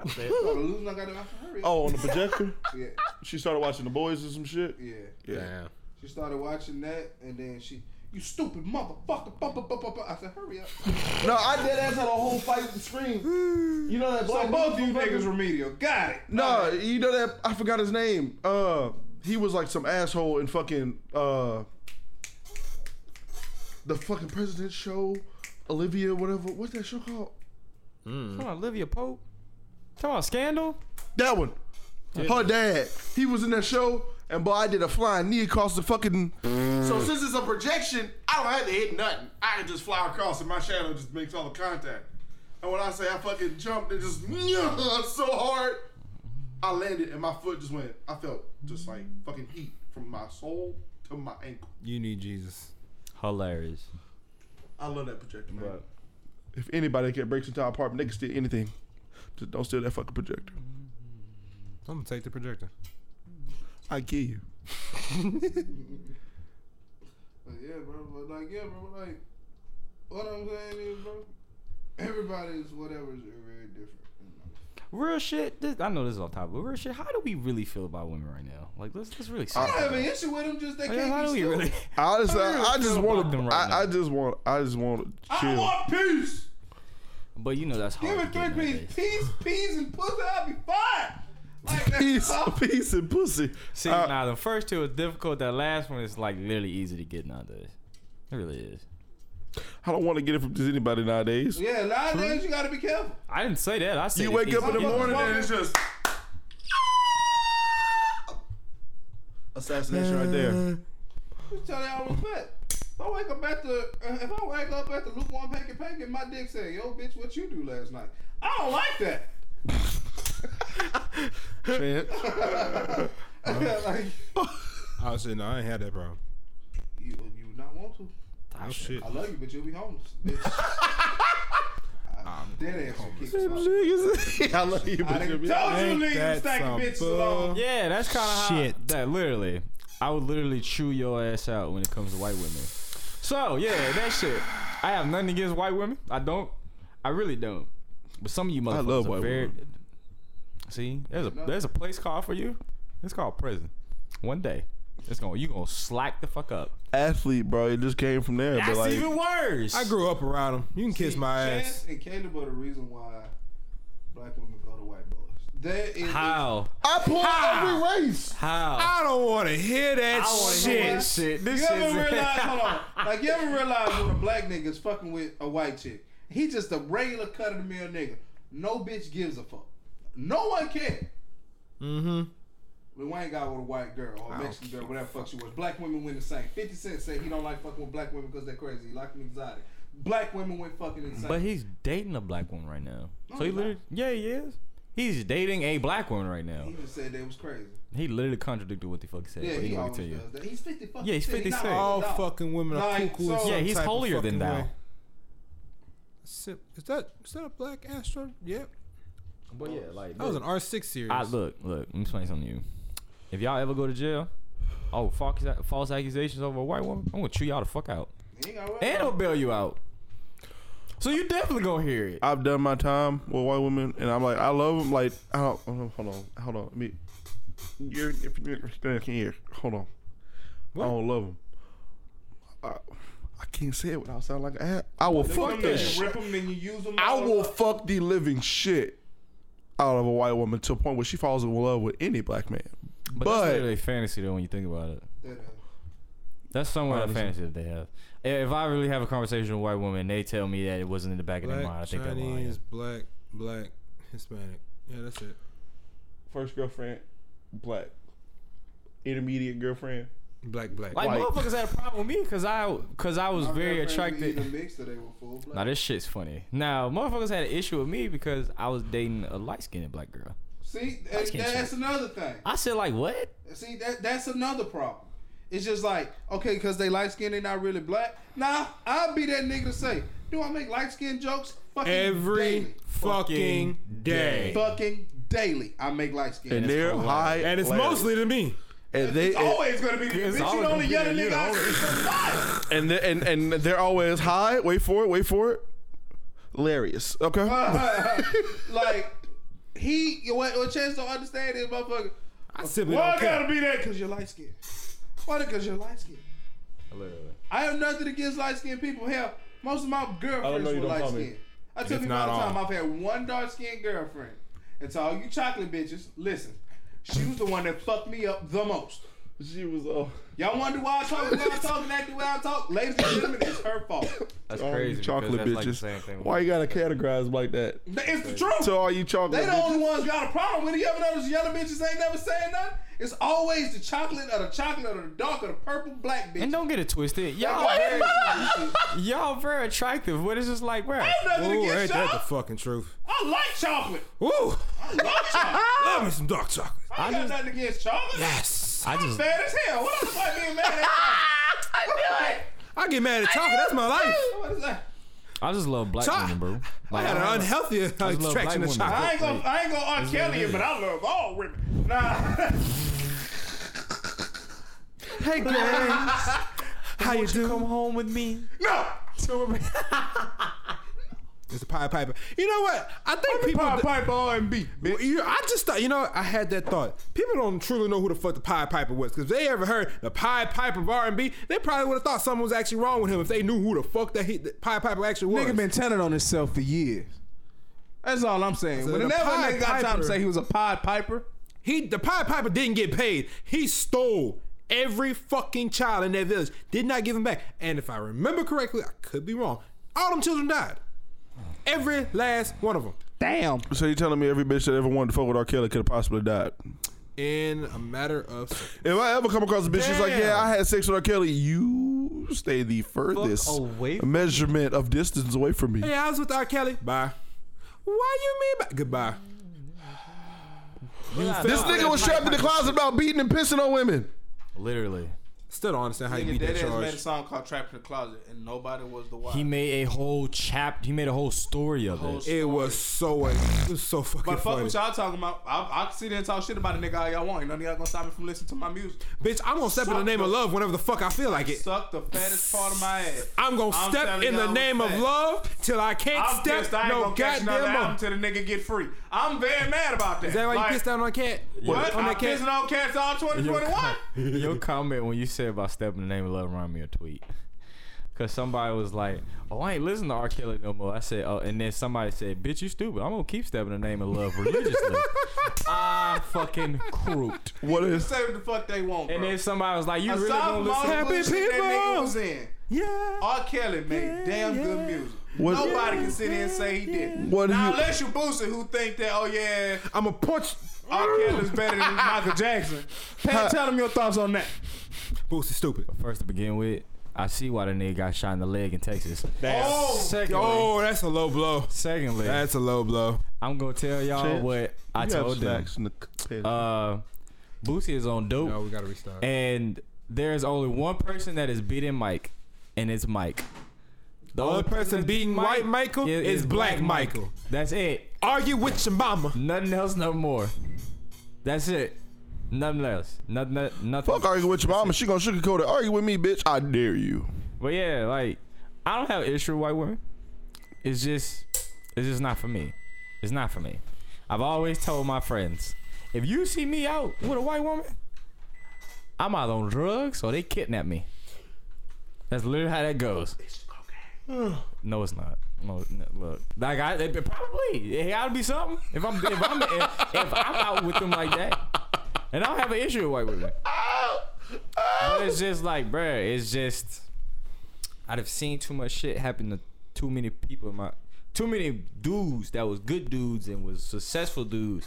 Oh, the losing, I gotta I have to hurry. Oh, on the projector. <laughs> Yeah. She started watching The Boys or some shit. Yeah. Damn. She started watching that, and then she, you stupid motherfucker. Bump, bump, bump, bump. I said, hurry up. No, I dead ass had a whole fight with the screen. You know that so black both you motherfucker- niggas remedial. Got it. No, you know that I forgot his name. Uh, he was like some asshole in fucking uh, the fucking president show, Olivia whatever. What's that show called? Come on, Olivia Pope. Come on, Scandal. That one. Her dad. He was in that show, and boy, I did a flying knee across the fucking. So since it's a projection, I don't have to hit nothing. I can just fly across, and my shadow just makes all the contact. And when I say I fucking jumped, it just <laughs> so hard, I landed, and my foot just went. I felt just like fucking heat from my soul to my ankle. You need Jesus. Hilarious. I love that projector, man. if anybody can break into our apartment, they can steal anything. Just don't steal that fucking projector. I'm gonna take the projector. I kill you. But yeah, bro. But like, yeah, bro. Like, what I'm saying is, bro, everybody's whatever is very different. in life. Real shit. This, I know this is off topic, but real shit. How do we really feel about women right now? Like, let's let's really. I sit don't have down. an issue with them. Just they Like, can't how be do we still. really? <laughs> Honestly, I, I just feel want about to. them right I, I now. just want. I just want to I chill. <laughs> want peace. But you know that's hard. Give to me get three nowadays. peas, peas, peas, and pussy. I'll be fine. Like that's peace, all. peace, and pussy. See, Uh, now the first two is difficult. That last one is like literally easy to get nowadays. It really is. I don't want to get it from just anybody nowadays. Yeah, nowadays you gotta be careful. I didn't say that. I said You it's wake up in easy to the get Yeah. morning nowadays. and it's just assassination right <laughs> there. Just tell y'all I'm fat. If I wake up at the uh, if I wake up at the lukewarm pancake pancake, my dick say, "Yo, bitch, what you do last night?" I don't like that. <laughs> like I was saying, no, I ain't had that problem. you, you would not want to. Oh shit. I love you, but you'll be homeless, <laughs> bitch. I'm dead ass homeless. I love you, I but you'll done told be- you Ain't leave them that stanky some bitches bull- alone. Yeah, that's kind of Shit. That literally, I would literally chew your ass out when it comes to white women. So yeah, that shit. I have nothing against white women. I don't. I really don't. But some of you motherfuckers love are white very. women. See, there's a there's a place called for you. It's called prison. One day, it's gonna you gonna slack the fuck up. athlete, bro. It just came from there. That's but like, even worse. I grew up around them. You can kiss my ass. Chance and Caleb are the reason why black women go to white boys. There is How? I pull Ha! every race. How? I don't want to hear that wanna shit. hear that shit. This you shit. <laughs> ever realize? hold on. Like you ever realize when a black nigga's fucking with a white chick, he just a regular cut of the mill nigga. No bitch gives a fuck. No one care. Mm-hmm. When Wayne got with a white girl or a Mexican girl, whatever the fuck she was, black women went insane. Fifty Cent said he don't like fucking with black women because they're crazy. He like them exotic. Black women went fucking insane. But he's dating a black woman right now. So he he's not. literally, yeah, he is. He's dating a black woman right now. he just said they was crazy. He literally contradicted what the fuck he said. Yeah, but he gonna always tell you. does that. He's fifty fucking. Yeah, he's cent. 50 not cent. All old dog. fucking women are Like, cuckoo. in so- some Yeah, he's type of holier fucking than thou. way. Sip- Is that is that a black Astro? Yep. But yeah, like That was an R6 series. I look, look. Let me explain something to you. If y'all ever go to jail, oh false, false accusations over a white woman, I'm gonna chew y'all the fuck out, He ain't got and I'll bail you out. So you definitely gonna hear it. I've done my time with white women, and I'm like, I love them. Like, I don't, hold on, hold on, hold on. Let Me, you're, if you're here, hold on. I don't love them. I, I can't say it without sounding like an ass. I will fuck Fuck the that. sh- You rip them and you use them. I all will up. fuck the living shit out of a white woman to a point where she falls in love with any black man. But, that's But literally fantasy though when you think about it. That, uh, That's somewhat of a Honestly. fantasy that they have. If I really have a conversation with a white woman, and they tell me that it wasn't in the back of their black, mind. I think they're lying. Chinese, black, black, Hispanic. Yeah, that's it. first girlfriend, black. Intermediate girlfriend. Black, black. Like White. motherfuckers had a problem with me because I because I was my very girlfriends be attracted. eating a mix that they were full black. Now this shit's funny. Now motherfuckers had an issue with me because I was dating a light skinned black girl. See, that, can't that's another thing. I said like what? See, that that's another problem. It's just like, okay, because they light skinned, they not really black. Nah, I'll be that nigga to say, do I make light skin jokes? Fucking Every fucking day. day. daily. Fucking daily, I make light skin. And they're high. And it's mostly to me. and they it's always gonna be the It's bitch. You always the gonna only be yelling that, you nigga I know. see for life. and they're, and and they're always high. Wait for it. Wait for it. Hilarious. Okay. Ah. <laughs> like he, what, what Chance don't understand is, motherfucker. I simply Why don't I care. gotta be that? Because you're light skinned. Why? Because you're light skinned. Literally. I have nothing against light skinned people. Hell, most of my girlfriends know you were don't light call me. skinned. I tell If people not all the time, all. I've had one dark skinned girlfriend. And to all you chocolate bitches, listen, she was the one that fucked me up the most. She was uh, Y'all wonder why I talk the way I talk and act the way I talk? Ladies and gentlemen, it's her fault. That's all Oh, you crazy. chocolate because that's Like the bitches. same thing. Why you gotta categorize 'em like that? It's the truth. To all you chocolate They the bitches. only ones got a problem with it. You ever notice the other bitches ain't never saying nothing? It's always the chocolate or the chocolate or the dark or the purple black bitch. And don't get it twisted. Y'all, very, y'all very attractive. What is this like, where? nothing Ooh, ain't against that the y'all. fucking truth? I like chocolate. Ooh, I love chocolate. love me some dark chocolate. I, ain't got nothing against chocolate. Yes. I I'm just fat as hell. What else am I being mad at? chocolate? <laughs> I get mad at chocolate. That's my life. What is that? I just love black Choc- women, bro. I Like, had an unhealthy love attraction to black women. chocolate. I ain't gonna, I ain't gonna R. Kelly it, but I love all women. Nah. <laughs> Hey, gang. How you doing? come home with me. no. It's a Pied Piper. You know what? I think people. Pied Piper R&B. bitch. Well, you- I just thought, you know, I had that thought. People don't truly know who the fuck the Pied Piper was, because if they ever heard the Pied Piper of R&B, they probably would have thought something was actually wrong with him if they knew who the fuck that, he, that Pied Piper actually was. Nigga been telling on himself for years. That's all I'm saying. So the Whenever a Pied nigga got time Piper- to say he was a Pied Piper, he, the Pied Piper didn't get paid. He stole every fucking child in that village. Did not give him back. And if I remember correctly, I could be wrong. All them children died. Every last one of them. damn. So you telling me every bitch that ever wanted to fuck with R. Kelly could have possibly died? In a matter of seconds. If I ever come across a bitch who's like, Damn. yeah, I had sex with R. Kelly, you stay the furthest away from measurement of distance away from me. Hey, I was with R. Kelly. Bye. Why you mean by goodbye? You felt This nigga was trapped in the closet about beating and pissing on women. Literally. Still don't understand how you Nigga, beat that Deadass made a charge. song called "Trapped in the Closet" and nobody was the wife. He made a whole chap. He made a whole story of Whole it. It was so uh, it was so fucking but fuck funny. what y'all talking about. I, I can sit there and talk shit about a nigga all y'all want. Ain't None of y'all gonna stop me from listening to my music. Bitch, I'm gonna step in the Suck name of the- love whenever the fuck I feel like it. Suck the fattest part of my ass. I'm gonna I'm step telling in the y'all name of that. love till I can't I'm step pissed. I ain't no gonna catch another goddamn album more. till the nigga get free. I'm very mad about that. Is that why you Like, pissed out on cat? What? On I'm that pissing cat? on cats all 2021. Your comment when you said about stepping the name of love reminded me of a tweet. Cause somebody was like, "Oh, I ain't listening to R. Kelly no more." I said, "Oh," and then somebody said, "Bitch, you stupid. I'm gonna keep stepping the name of love <laughs> religiously." I fucking crooked. What is Say what the fuck they want, bro. And then somebody was like, "You really Aside gonna from all the listen?" Happy bullshit that nigga people. was in, Yeah. R. Kelly made damn good music. What- Nobody can sit here and say he didn't. What do now, you- unless you Boosie, who think that, oh yeah, I'm a punch. R. Kelly's better <laughs> than Michael Jackson. Pat, tell them your thoughts on that. Boosie stupid. First to begin with, I see why the nigga got shot in the leg <laughs> in Texas. Oh, Secondly, Oh, that's a low blow. secondly, That's a low blow. I'm gonna tell y'all Chips, what I You have told them. snacks in the c- Uh, Boosie is on dope. No, we gotta restart. and there's only one person that is beating Mike, and it's Mike. The Only person that's beating white Michael is black Michael. That's it. Argue with your mama. Nothing else, no more. That's it. Nothing else. Nothing. Nothing. Fuck arguing with your mama. She gonna sugarcoat it. Argue with me, bitch. I dare you. But yeah, like I don't have an issue with white women. It's just, it's just not for me. It's not for me. I've always told my friends, if you see me out with a white woman, I'm either on drugs or they kidnap me. That's literally how that goes. No, it's not. No, no look, like I it, it probably it gotta be something. If I'm if I'm if, if I'm out with them like that, and I don't have an issue with white women. But it's just like, bruh, it's just I'd have seen too much shit happen to too many people in my too many dudes that was good dudes and was successful dudes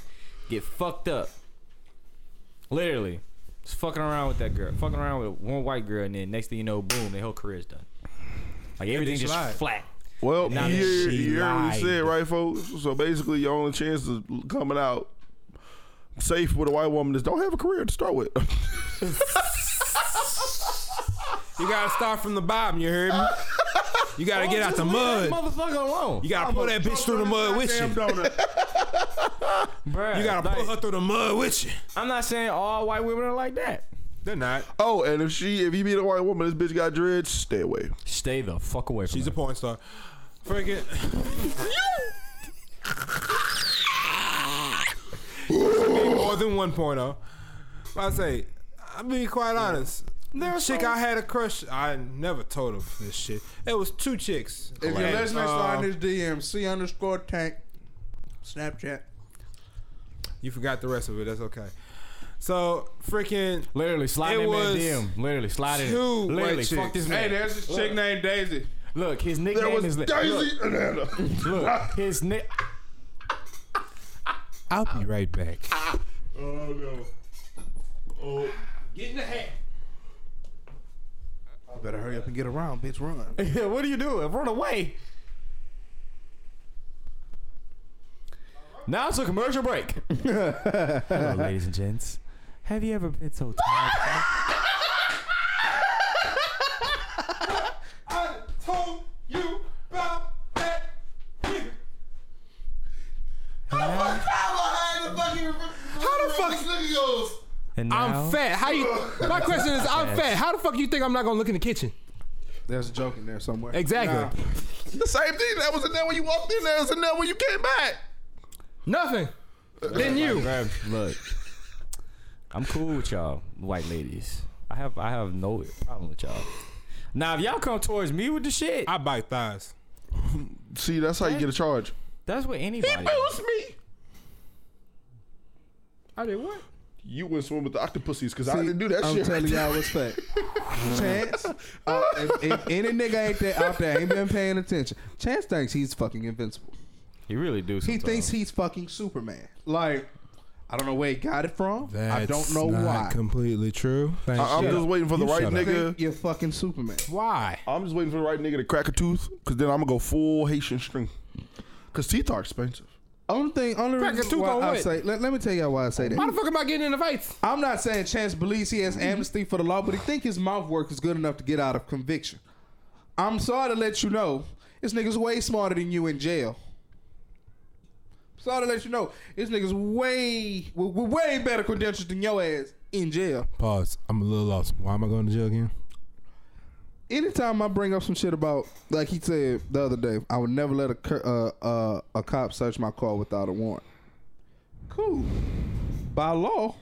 get fucked up. Literally. Just fucking around with that girl. Fucking around with one white girl and then next thing you know, boom, their whole career's done. Like everything's just lied. flat. Well, Now you, that hear- she you heard what you lied. said, right, folks? So basically, your only chance of coming out safe with a white woman is don't have a career to start with. <laughs> You gotta start from the bottom, you heard me? You gotta get out the mud. Motherfucker alone. You gotta pull that bitch through the mud with you. Bruh, You gotta pull her through the mud with you. I'm not saying all white women are like that. They're not. oh, and if she, if you meet a white woman, this bitch got dreads, stay away. Stay the fuck away from She's a her. porn star. Freaking. More than one point oh. I say, I'm being quite honest. There are chick some- I had a crush. I never told her this shit. It was two chicks. If you're And, listening, uh, sign his DM C underscore tank, Snapchat. you forgot the rest of it. That's okay. So freaking Literally slide It that man was DM. Literally slide it. two Literally white fuck chicks. this man. there's this chick named Daisy. Look, his nickname There was is li- Daisy and <laughs> Anna. Look, look, his nick. I'll be right back. Oh no. Oh. Get in the hat. I better hurry up and get around, bitch. Run. Yeah, <laughs> what are you doing? Run away. Now it's a commercial break. <laughs> Hello, ladies and gents. Have you ever been so tired? I told you about that. How the fuck? And now- I'm fat. How you? <laughs> My question is, I'm fat. How the fuck you think I'm not gonna look in the kitchen? There's a joke in there somewhere. Exactly. The same thing that was in there when you walked in there is in there when you came back. Nothing. Then you. Grab- Look, I'm cool with y'all, white ladies. I have I have no problem with y'all. Now if y'all come towards me with the shit, I bite thighs. See, that's how you get a charge. that's what anybody. Excuse me. I did what? You went swim with the octopuses because See, I didn't do that I'm shit. telling y'all <laughs> what's fact. Chance, uh, if, if any nigga ain't there out there ain't been paying attention, Chance thinks he's fucking invincible. He really do. He sometimes. thinks he's fucking Superman. Like, I don't know where he got it from. I don't know why. completely true. I, am just waiting for the You right shut up. You nigga. think you're fucking Superman. Why? I'm just waiting for the right nigga to crack a tooth because then I'm gonna go full Haitian string. Cause teeth are expensive. Only thing, only Crack a reason tooth why on I what? say, let, let me tell y'all why I say Why the that. fuck am I getting in the fights? I'm not saying Chance believes he has amnesty for the law, but he think his mouth work is good enough to get out of conviction. I'm sorry to let you know, this nigga's way smarter than you in jail. Sorry to let you know, this nigga's way, with, with way better credentials than your ass in jail. Pause. I'm a little lost. Why am I going to jail again? anytime I bring up some shit about, like he said the other day, I would never let a cur- uh, uh, a cop search my car without a warrant. Cool. By law,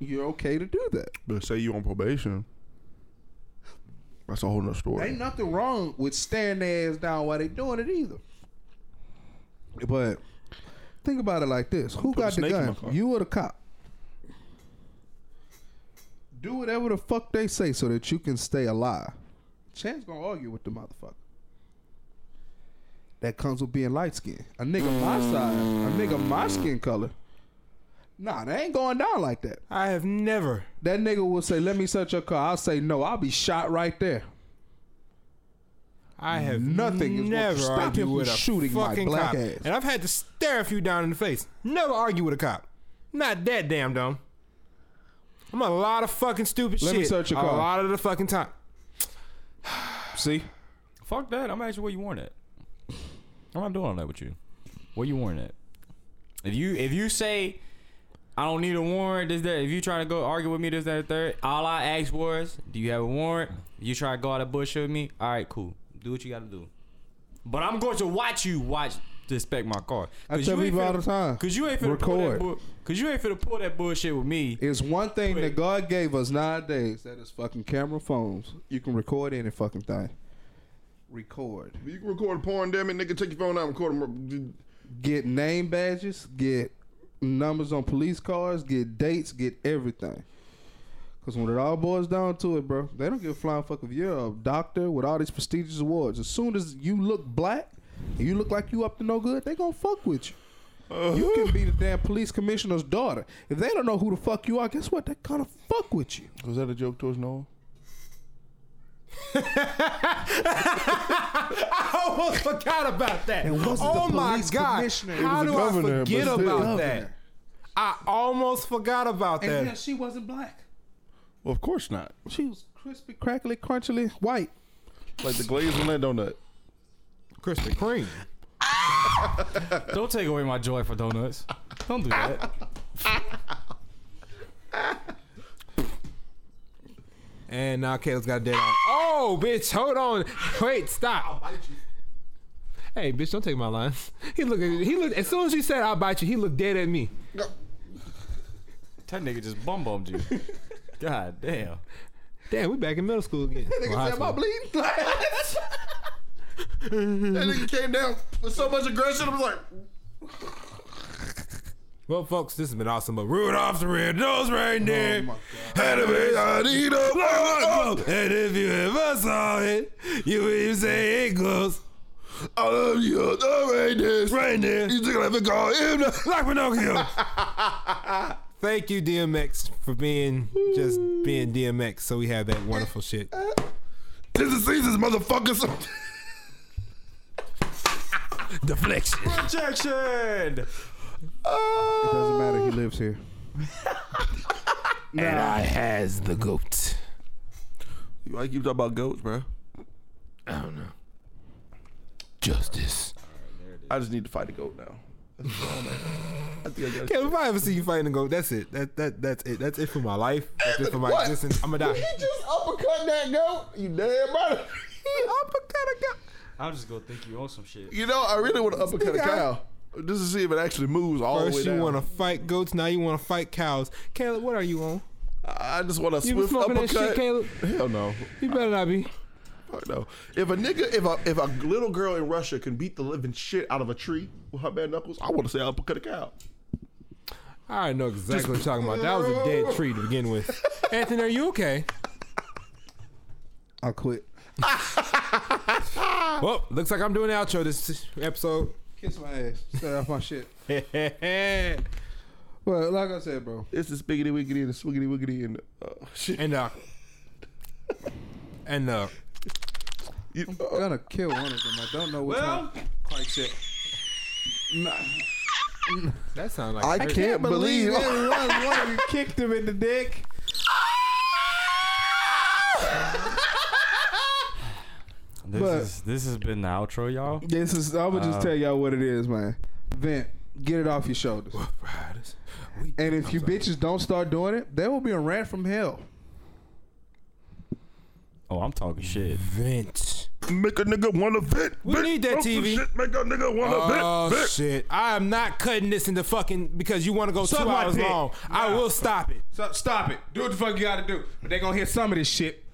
you're okay to do that. But say you on probation. That's a whole nother story. Ain't nothing wrong with staring their ass down while they doing it either. But think about it like this: Who Put a got the snake in my gun? car. You or the cop? Do whatever the fuck they say so that you can stay alive. Chance gonna argue with the motherfucker. That comes with being light skinned. A nigga my size, a nigga my skin color. Nah, that ain't going down like that. I have never. That nigga will say, "Let me search your car." I'll say, "No, I'll be shot right there." I have Nothing is gonna never stop argued him from with a shooting my fucking black cop. ass. And I've had to stare a few down in the face. Never argue with a cop. Not that damn dumb. I'm a lot of fucking stupid Let shit. me search your a car. lot of the fucking time. <laughs> See? Fuck that. I'm asking where you worn at. I'm not doing all that with you. Where you worn at? If you if you say I don't need a warrant, this that if you try to go argue with me, this that and third, all I asked was, do you have a warrant? You try to go out of bush with me, all right, cool. Do what you gotta do. But I'm going to watch you watch to inspect my car. I 'Cause tell you ain't people all finna- the time. Cause you ain't finna Pull that Record. bull- Cause you ain't finna pull that bullshit with me. It's one thing Wait. that God gave us nowadays that is fucking camera phones. You can record any fucking thing. Record. You can record porn, damn it, nigga. Take your phone out and record them. Get name badges, get numbers on police cars, get dates, get everything. Cause when it all boils down to it, bro, they don't give a flying fuck if you're a doctor with all these prestigious awards. As soon as you look black and you look like you up to no good, they gonna fuck with you. You can be the damn police commissioner's daughter. If they don't know who the fuck you are, guess what? They gonna fuck with you. Was that a joke towards Noah? I almost forgot about that. It wasn't oh the my police God. commissioner. How It was do the governor, I but forget still. about that? Governor. I almost forgot about And that. yeah, she wasn't black. Well, of course not. She was crispy, crackly, crunchily white. Like the glaze on that donut. Krispy Kreme. Don't take away my joy for donuts. Don't do that. And now Caleb's got a dead eye. Oh, bitch, hold on. Wait, stop. Hey, bitch, don't take my line. He looked. He looked. As soon as she said "I'll bite you," he looked dead at me. That nigga just bum bummed <laughs> you. God damn. Damn, we back in middle school again. <laughs> Nigga said, "Am I bleeding?" that <laughs> nigga came down with so much aggression. I was like, Well, folks, this has been awesome. But Rudolph's red nose "Oh reindeer my had a big Anita, and if you ever saw it, you would say it goes. I love you. The reindeers. Reindeer. You think I ever call him? the- like Pinocchio. <laughs> Thank you, DMX, for being just being DMX. So we have that wonderful shit. This is seasons, motherfuckers. Deflection. Rejection! It doesn't matter. He lives here. And I has the goat. You like you talk about goats, bro? I don't know. Justice. I just need to fight a goat now. That's all, man. I think I got If I ever see you fighting a goat, that's it. That that that's it. That's it for my life. That's it for my What? existence. I'm gonna die. just uppercut that goat. You damn <laughs> brother. I'll just go think you own some shit. You know, I really want to uppercut a cow just to see if it actually moves all the way First you down. want to fight goats, now you want to fight cows. Caleb, what are you on? I I just want a You been swift smoking that uppercut. shit, Caleb? Hell no. You better not be. Fuck no. If a nigga, if a if a little girl in Russia can beat the living shit out of a tree with her bare knuckles, I want to say I uppercut a cow. I already know exactly what you're talking about. That <laughs> was a dead tree to begin <laughs> with. Anthony, are you okay? I quit. Well, looks like I'm doing the outro this episode. <laughs> Kiss my ass. Stay off my shit. and Well, like I said, bro. It's the spiggity wiggity and the swiggity wiggity and uh, shit. uh and uh You- uh, Gonna kill one of them. I don't know which Well, one. Quite yet. Nah, that sounds like I can't, believe. it was <laughs> one of you kicked him in the dick. This, But- is, this has been the outro, y'all. This is. I'm gonna just Uh, tell y'all what it is, man. Vent. Get it off your shoulders. Riders, we- And if you bitches don't start doing it, there will be a rant from hell. Oh, I'm talking shit. vent. Make a nigga wanna vent. We vent, need that throw some TV. Shit, make a nigga wanna Oh vent. vent. shit! I am not cutting this into fucking because you want to go two my hours dick. long. I will stop it. So, stop it. Do what the fuck you gotta do. But they gonna hear some of this shit.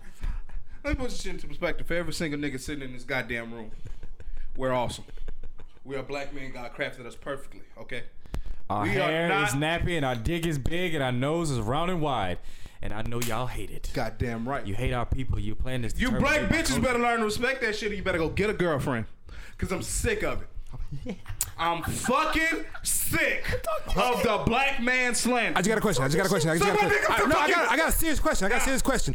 Let me put this shit into perspective for every single nigga sitting in this goddamn room. We're awesome. We are black men. God crafted us perfectly. Okay. Our We are hair is not- nappy and our dick is big and our nose is round and wide. And I know y'all hate it. Goddamn right. You You, hate our people. You plan this. to terminate black my bitches culture. better learn to respect that shit, or you better go get a girlfriend. Cause I'm sick of it. I'm fucking <laughs> sick of the black man slander. I just got a question. I just got a question. I just got a Somebody question. pick up I, the no, I got, fucking- I got a serious question. I got a serious question.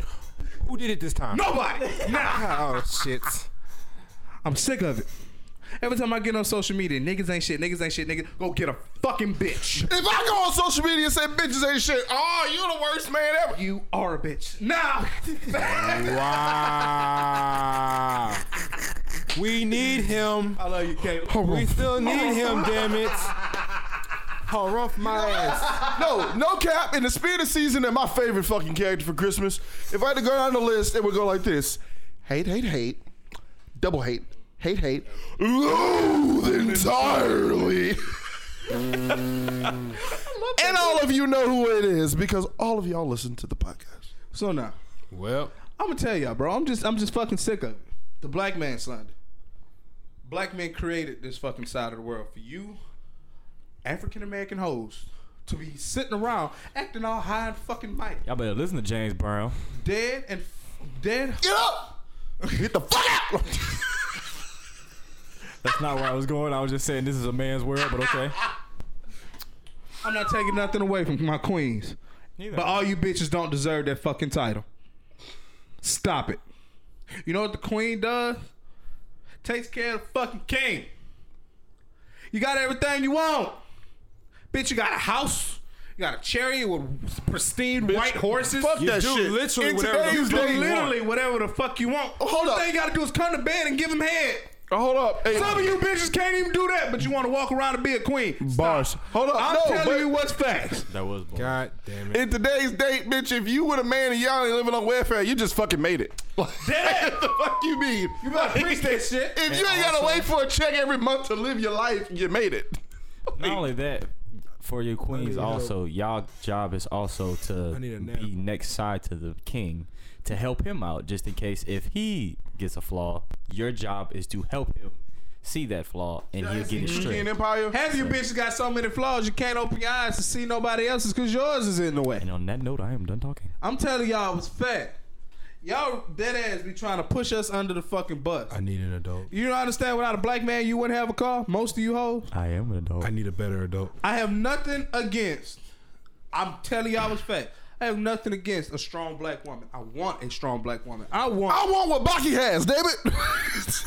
Who did it this time? Nobody. <laughs> Nah. Oh shit! I'm sick of it. Every time I get on social media, niggas ain't shit, niggas ain't shit, niggas go get a fucking bitch. If I go on social media and say bitches ain't shit, oh, you the worst man ever. You are a bitch. Now, Wow. We need him. <laughs> I love you, Caleb. We still need him. Damn it! Harumph my ass. No, no cap. In the spirit of season, and my favorite fucking character for Christmas, if I had to go down the list, it would go like this: hate, hate, hate, double hate, hate, hate, loathe entirely. <laughs> and all of you know who it is because all of y'all listen to the podcast. So now, Well, I'm gonna tell y'all, bro. I'm just, I'm just fucking sick of it. The black man slander. Black men created this fucking side of the world for you, African American hoes, to be sitting around acting all high and fucking mighty, Y'all better listen to James Brown. dead and dead. Get up, get the fuck out. That's not where I was going. I was just saying this is a man's world, but okay. I'm not taking nothing away from my queens. Neither. But all you bitches don't deserve that fucking title. Stop it. You know what the queen does? Takes care of the fucking king. You got everything you want. Bitch, you got a house. You got a chariot with pristine white horses. fuck you that do shit. literally In whatever the today's fuck day- you want. Literally, whatever the fuck you want. Oh, Hold All up. you gotta do is come to bed and give him head. Hold up. Hey, Some of you bitches can't even do that, but you want to walk around and be a queen. Stop. bars. Hold up. I'm no, telling but- you what's facts. That was bull. God damn it! In today's date, bitch, if you were a man and y'all ain't living on welfare, you just fucking <laughs> made it. Like, <laughs> Dead. what the fuck you mean? You better preach that shit. If you ain't gotta wait for a check every month to live your life, you made it. Not only that, for your queens need help. also y'all job is also to I need a nap. be next side to the king to help him out just in case if he gets a flaw your job is to help him see that flaw and he'll get it King straight Empire. Have you bitches got so many flaws you can't open your eyes to see nobody else's because yours is in the way. and on that note i am done talking I'm telling y'all, it was fat. Y'all dead ass be trying to push us under the fucking bus. I need an adult. You don't understand? Without a black man, you wouldn't have a car. Most of you hoes. i am an adult I need a better adult. I have nothing against. I'm telling y'all, it's fact. I have nothing against a strong black woman. I want a strong black woman. I want. I want what Baki has, damn it. <laughs>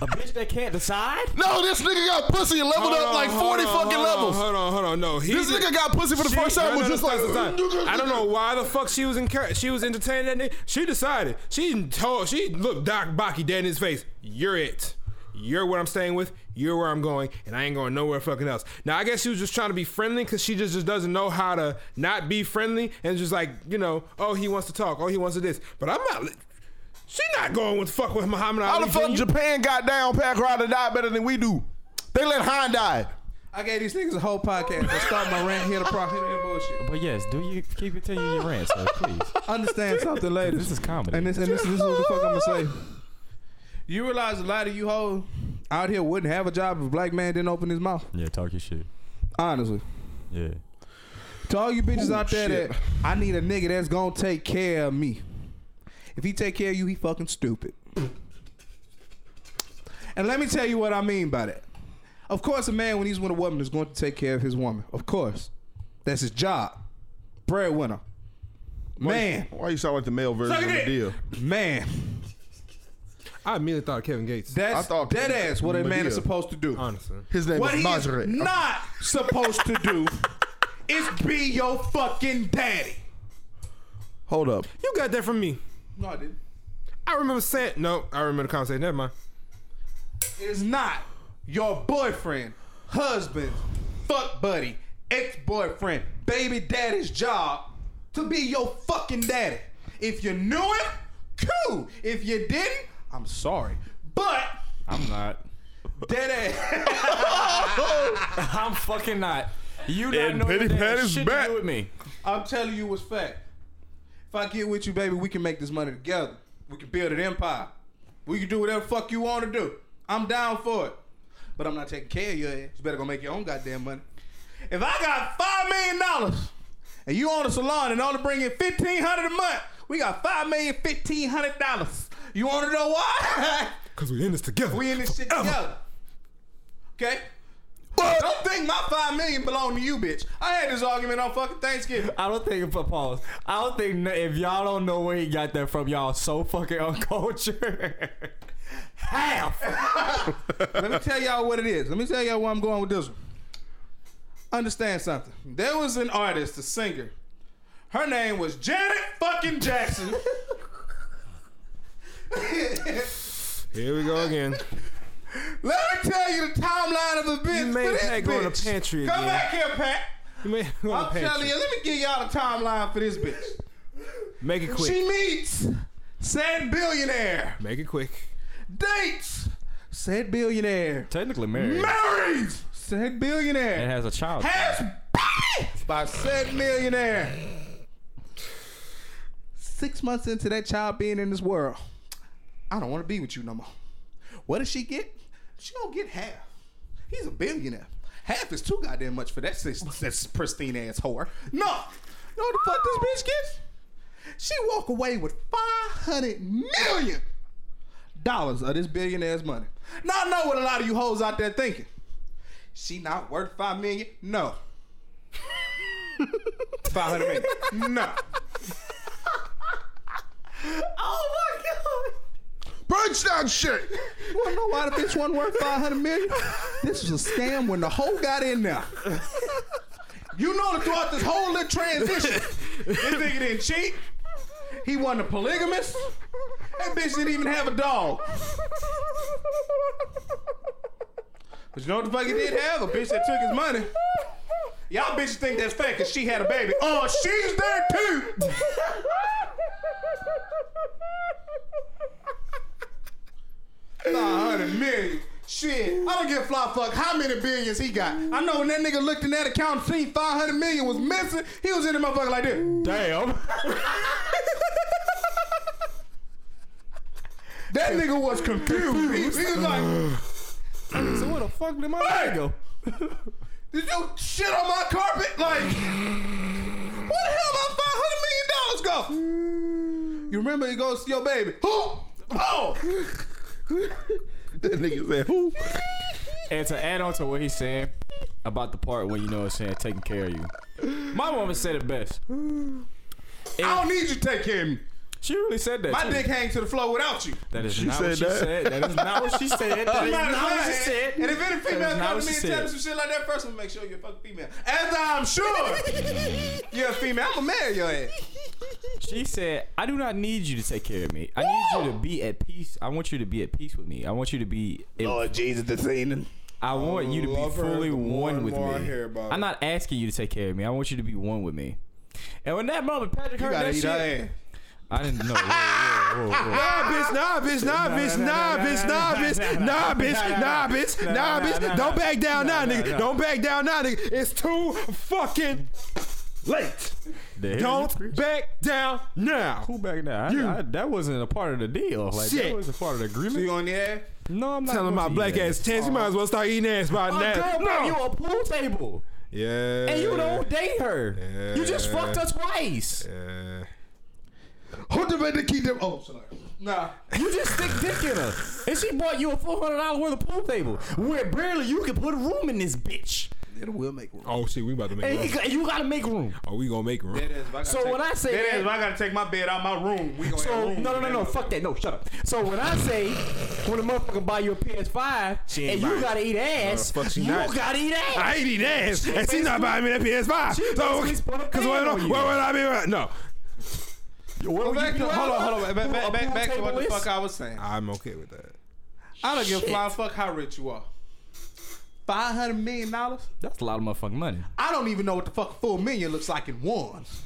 a bitch that can't decide no, this nigga got pussy and leveled Hold up on, like hold 40 on, fucking hold on, levels. Hold on, hold on. No, he This did- nigga got pussy for the She- first time. no, Was no, just no, like, stop, stop, stop. I don't know why the fuck she was encour- she was entertaining that nigga. She decided. She told she looked Doc Baki dead in his face. You're it. You're what I'm staying with. You're where I'm going, and I ain't going nowhere fucking else. Now I guess she was just trying to be friendly because she just, just doesn't know how to not be friendly and just like you know, oh he wants to talk, oh he wants to this, but I'm not. She not going with fuck with Muhammad Ali. How the fuck Jr. Japan got down Pack Rider die better than we do? They let Han die. I gave these niggas a whole podcast. I start my rant here to prop here to bullshit. but yes do you keep continuing your rant sir please Understand <laughs> something, this ladies. is comedy And this and this, this is what the fuck I'm gonna say. <laughs> You realize a lot of you hoes out here wouldn't have a job if a black man didn't open his mouth. yeah talk your shit Honestly. yeah To all you bitches Ooh, out there shit. that I need a nigga that's gonna take care of me. If he take care of you, he fucking stupid. and let me tell you what I mean by that. Of course, a man when he's with a woman is going to take care of his woman. Of course, that's his job. Breadwinner, man, Why you sound like the male version Suck of the it deal? man. I immediately thought of Kevin Gates. I That's thought- that ass. What a man Medea. is supposed to do. honestly, His name What is he's Margaret. not supposed to do is be your fucking daddy. Hold up. you got that from me. No, I didn't. I remember saying no. I remember the conversation. Never mind. is not your boyfriend, husband, fuck buddy, ex boyfriend, baby daddy's job to be your fucking daddy. If you knew it, cool. If you didn't, I'm sorry. But i'm not <laughs> dead ass. i'm fucking not you not And know Petty what that Pat has is shit back. to do with me I'm telling you what's fact. If I get with you, baby, we can make this money together. We can build an empire. We can do whatever fuck you want to do. I'm down for it. But I'm not taking care of your ass. You better go make your own goddamn money. If I got five million dollars and you own a salon and only bring in fifteen hundred a month, we got five million fifteen hundred dollars. You want to know why? <laughs> Cause we in this together. we in this shit together. Okay. Don't think my five million belong to you, bitch. I had this argument on fucking Thanksgiving. I don't think pause. I don't think no- if y'all don't know where he got that from, y'all so fucking uncultured. Half. Let me tell y'all what it is. Let me tell y'all where I'm going with this one. Understand something. There was an artist, a singer. Her name was Janet fucking <laughs> Jackson. Here we go again. Let me tell you the timeline of events. You made for this Pat bitch. go in the pantry Come again. back here, Pat. Man, I'm I'm pantry. telling you, let me give y'all the timeline for this bitch. Make it quick. She meets said billionaire, Make it quick. dates said billionaire, Technically married. marries said billionaire. And has a child. Ass by said millionaire. Six months into that child being in this world, I don't want to be with you no more. What does she get? She don't get half. He's a billionaire. Half is too goddamn much for that sis- that's pristine ass whore. No, no, the fuck this bitch gets. She walk away with five hundred million dollars of this billionaire's money. Now I know what a lot of you hoes out there thinking. She not worth five million? No. five hundred million? No. Bridge that shit. You wanna know why the bitch wasn't worth five hundred million? This was a scam when the hoe got in there. You know that throughout this whole little transition, this nigga didn't cheat. He wasn't a polygamist. That bitch didn't even have a dog. But you know what the fuck he did have? A bitch that took his money. Y'all bitches think that's fair because she had a baby. Oh, she's there too. Five hundred million. She kid. I don't give a fly fuck how many billions he got. I know when that nigga looked in that account and seen 500 million was missing, he was in the motherfucker like this. Damn. <laughs> That nigga was confused. He, he was like, so where the fuck did my money go? <laughs> Did you shit on my carpet? Like, where the hell my five hundred million dollars go? You remember he goes to your baby. Who? Oh, That nigga said, who? And to add on to what he's saying about the part where you know what I'm saying, taking care of you. My woman said it best. I don't need you to take care of me. She really said that. My too. dick hangs to the floor without you. That is She not what said she that? said. That is not what she said. Uh, That is Matter of not what she fact, said. And if any That female is not comes what to me she and tells said. me some shit like that, first I'm gonna make sure you're a fucking female. As I'm <laughs> sure you're a female, I'm gonna marry your ass. She said, I do not need you to take care of me. I need you to be at peace. I want you to be at peace with me. I want you to be. Lord Jesus, this ain't. I want you to be love her fully the more one and with more I me. hear about I'm it. not asking you to take care of me. I want you to be one with me. And when that moment, Patrick You heard gotta that eat shit, her ass. I didn't know. Whoa, whoa, whoa, whoa. Nah, bitch, nah, bitch, nah, bitch, nah, bitch, nah, bitch, nah, bitch, nah, bitch, nah, bitch. Don't back down now, nigga. Don't back down now, nigga. It's too fucking late. The hell you Don't back down now. Who back now? You. I, I, that wasn't a part of the deal. Like Shit. that was a part of the So agreement. you on the ass? no, I'm not Telling my going to black eat ass that. chance, you might as well start eating ass by My now. girl brought Oh, you No. a pool table, Yeah. and you don't date her. You just fucked her twice. Yeah. Who the man to keep them? Oh, sorry. Nah. You just stick dick in her, and she bought you a four hundred dollar worth of pool table, where barely you can put a room in this bitch, It will make room. Oh shit, we about to and make you, room. got- you gotta make room. Oh, we gonna make room. So when I say that that- is, if I gotta take my bed out my room, we gonna have So room. no, no, no, no, fuck that. No, shut up. So when I say when a motherfucker buy you a PS Five ain't and you buying gotta eat ass, No, the fuck she you not. gotta eat ass. I ain't eating ass, and she's not buying me that PS5. She So, basically spun a cause fan what, on what you. would I be? right- No, Oh, Well, back to, hold on, hold on. Back, back, back, back to what the fuck I was saying. I'm okay with that. I don't give a flying fuck how rich you are. Five hundred million dollars? That's a lot of motherfucking money. I don't even know what the fuck a full million looks like in ones.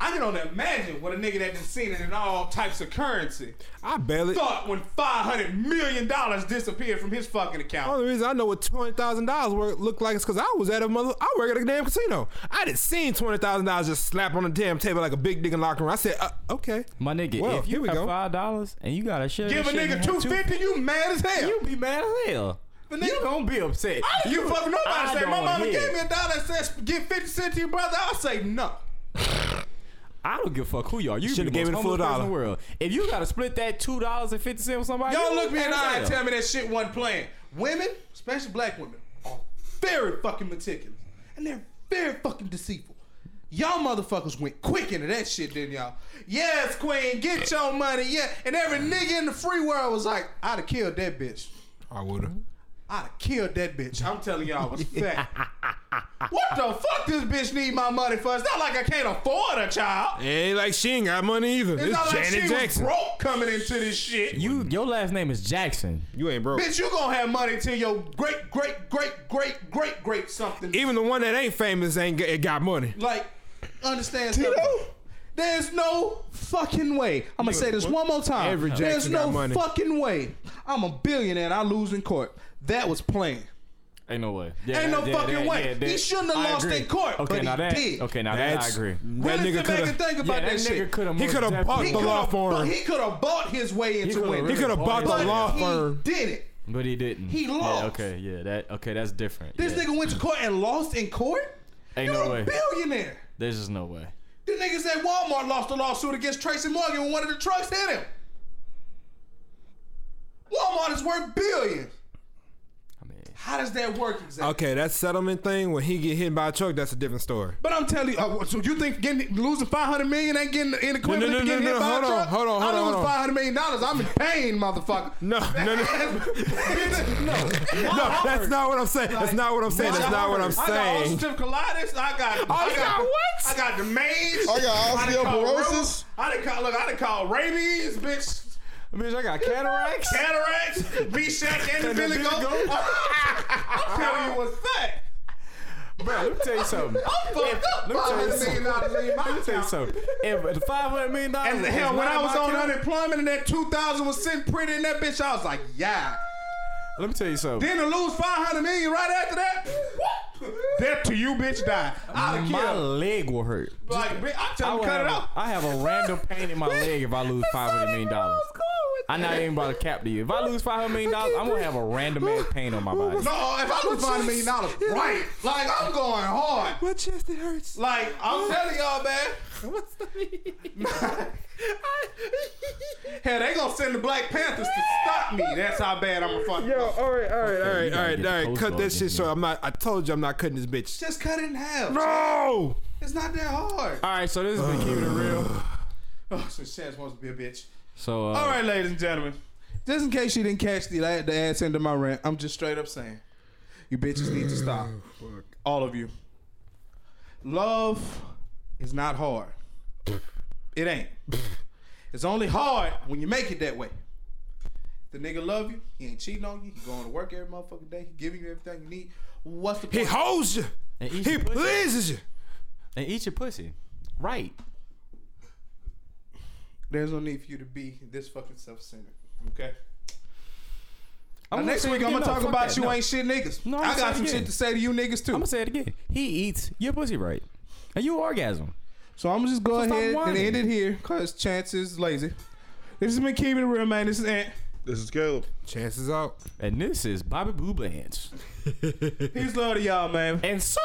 I can only imagine what a nigga that just seen it in all types of currency I barely. thought when five hundred million dollars disappeared from his fucking account. only reason I know what twenty thousand dollars worth looked like is because I was at a mother. I work at a damn casino. I didn't seen twenty thousand dollars just slap on the damn table like a big dick in the locker room. I said, uh, okay. My nigga, Well, if here you we have go. five dollars and you gotta share, Give a that shit nigga and have two fifty, you mad as hell. you be mad as hell. The nigga- you gonna be upset. I don't give a fuck what I nobody say. My don't mama hear. gave me a dollar and said give fifty cents to your brother. I'll say no. I don't give a fuck who you are. You should Shoulda have gave gave it it the a full full dollar. dollar. In the world. If you gotta split that two dollars and fifty cents with somebody, Y'all you look me in the mad as eye and hell. tell me that shit wasn't playing. Women, especially black women, are very fucking meticulous. And they're very fucking deceitful. Y'all motherfuckers went quick into that shit, didn't y'all? Yes, queen, get your money, yeah. And every nigga in the free world was like, I'd have killed that bitch. I would've. I'd have killed that bitch. I'm telling <laughs> y'all, what's fact. what the fuck this bitch need my money for? It's not like I can't afford a child. It ain't like she ain't got money either. It's, It's not like Janet she Jackson. was broke coming into this shit. You, your last name is Jackson. You ain't broke. Bitch, you gonna have money till your great, great, great, great, great, great something. Even the one that ain't famous ain't got, it got money. like, understand something. There's no fucking way. I'm gonna say this one more time. Every There's Jackson no got money. fucking way. I'm a billionaire and I lose in court. That was playing. Ain't no way. Ain't no fucking way. he shouldn't have I lost agree. in court, Okay, but now he that. did. Okay, now that I That's- agree. That Really nigga sit back and coulda. think Yeah, about that, that, nigga shit. could have. He coulda bought He the coulda law bought- firm. He could have bought his way into coulda winning. really He coulda bought bought the his- law he firm. did it. but he didn't. He lost. Yeah, okay, yeah, that. Okay, that's different. This yeah. nigga went to court and lost in court. Ain't You're no way. a billionaire. There's just no way. The niggas at Walmart lost a lawsuit against Tracy Morgan when one of the trucks hit him. Walmart is worth billions. I mean, How does that work exactly? Okay, that settlement thing when he get hit by a truck, that's a different story. But I'm telling you, uh, so you think getting losing 500 million ain't getting in equivalent no, no, to getting no, hit no, by hold a on, truck? hold on, hold I on, lose hold on. 500 million dollars. I'm in pain, motherfucker. No, no, no. <laughs> no, No, that's not what I'm saying. That's not what I'm saying. That's not what I'm I got saying. Oh, ulcerative colitis. I got. I you got, got what? I got the mange. I got done caught osteoporosis. ro- I done caught. Look, I done caught rabies, bitch. bitch, I got cataracts. Cataracts, B-Shack, and the Billy Goat. <laughs> I'm telling you what's that. Bro, let me tell you <laughs> something. <laughs> I'm fucked up. Let me tell you $500 million dollars in my Let me tell you account. something. If the five hundred million dollars, And hell, when I was on unemployment and that 2000 was sitting pretty in that bitch, I was like, yeah. Let me tell you something. Then to lose 500 million right after that, <laughs> death to you, bitch, die. I'd have My killed. leg will hurt. Like, bitch, I tell I, him would to cut have, it out. I have a random <laughs> pain in my leg if I lose five hundred million dollars. I'm not even about to cap to you. If I lose five hundred million dollars, I'm gonna have a random ass pain on my body. No, if I lose 500 million <laughs> dollars, right? Like, I'm going hard. My chest it hurts. Like, I'm telling y'all, man. Hell, they gonna send the Black Panthers to stop me. That's how bad I'm a fucking. Yo, all right, all right, all right, gotta all right, get all right. Coast Cut Guard that shit in short. here. I'm not. I told you I'm not cutting this bitch. Just cut it in half. No. It's not that hard. All right, so this has been keeping it real. Oh, so Chance wants to be a bitch. So uh, All right, ladies and gentlemen. Just in case you didn't catch the, la- the ass end of my rant, I'm just straight up saying, you bitches need to <sighs> stop. All of you. Love is not <sighs> hard. It ain't. It's only hard when you make it that way. The nigga love you. He ain't cheating on you. He going to work every motherfucking day. He giving you everything you need. What's the He point? holds you. and eat He your pussy. pleases you. And eat your pussy. Right. There's no need for you to be this fucking self-centered. Okay. Now, I'm gonna next say it week I'm again. gonna No, talk fuck about that. you No. ain't shit niggas. No, I'm I gonna say got it some again. shit to say to you niggas too. I'm gonna say it again. He eats your pussy right, and you orgasm. So I'm gonna just go So stop ahead and whining. end it here, cause Chance is lazy. This has been keeping it real, man. This is Ant. This is Caleb. Chances out. And this is Bobby Blue Blanche. Peace, love to y'all, man. And so.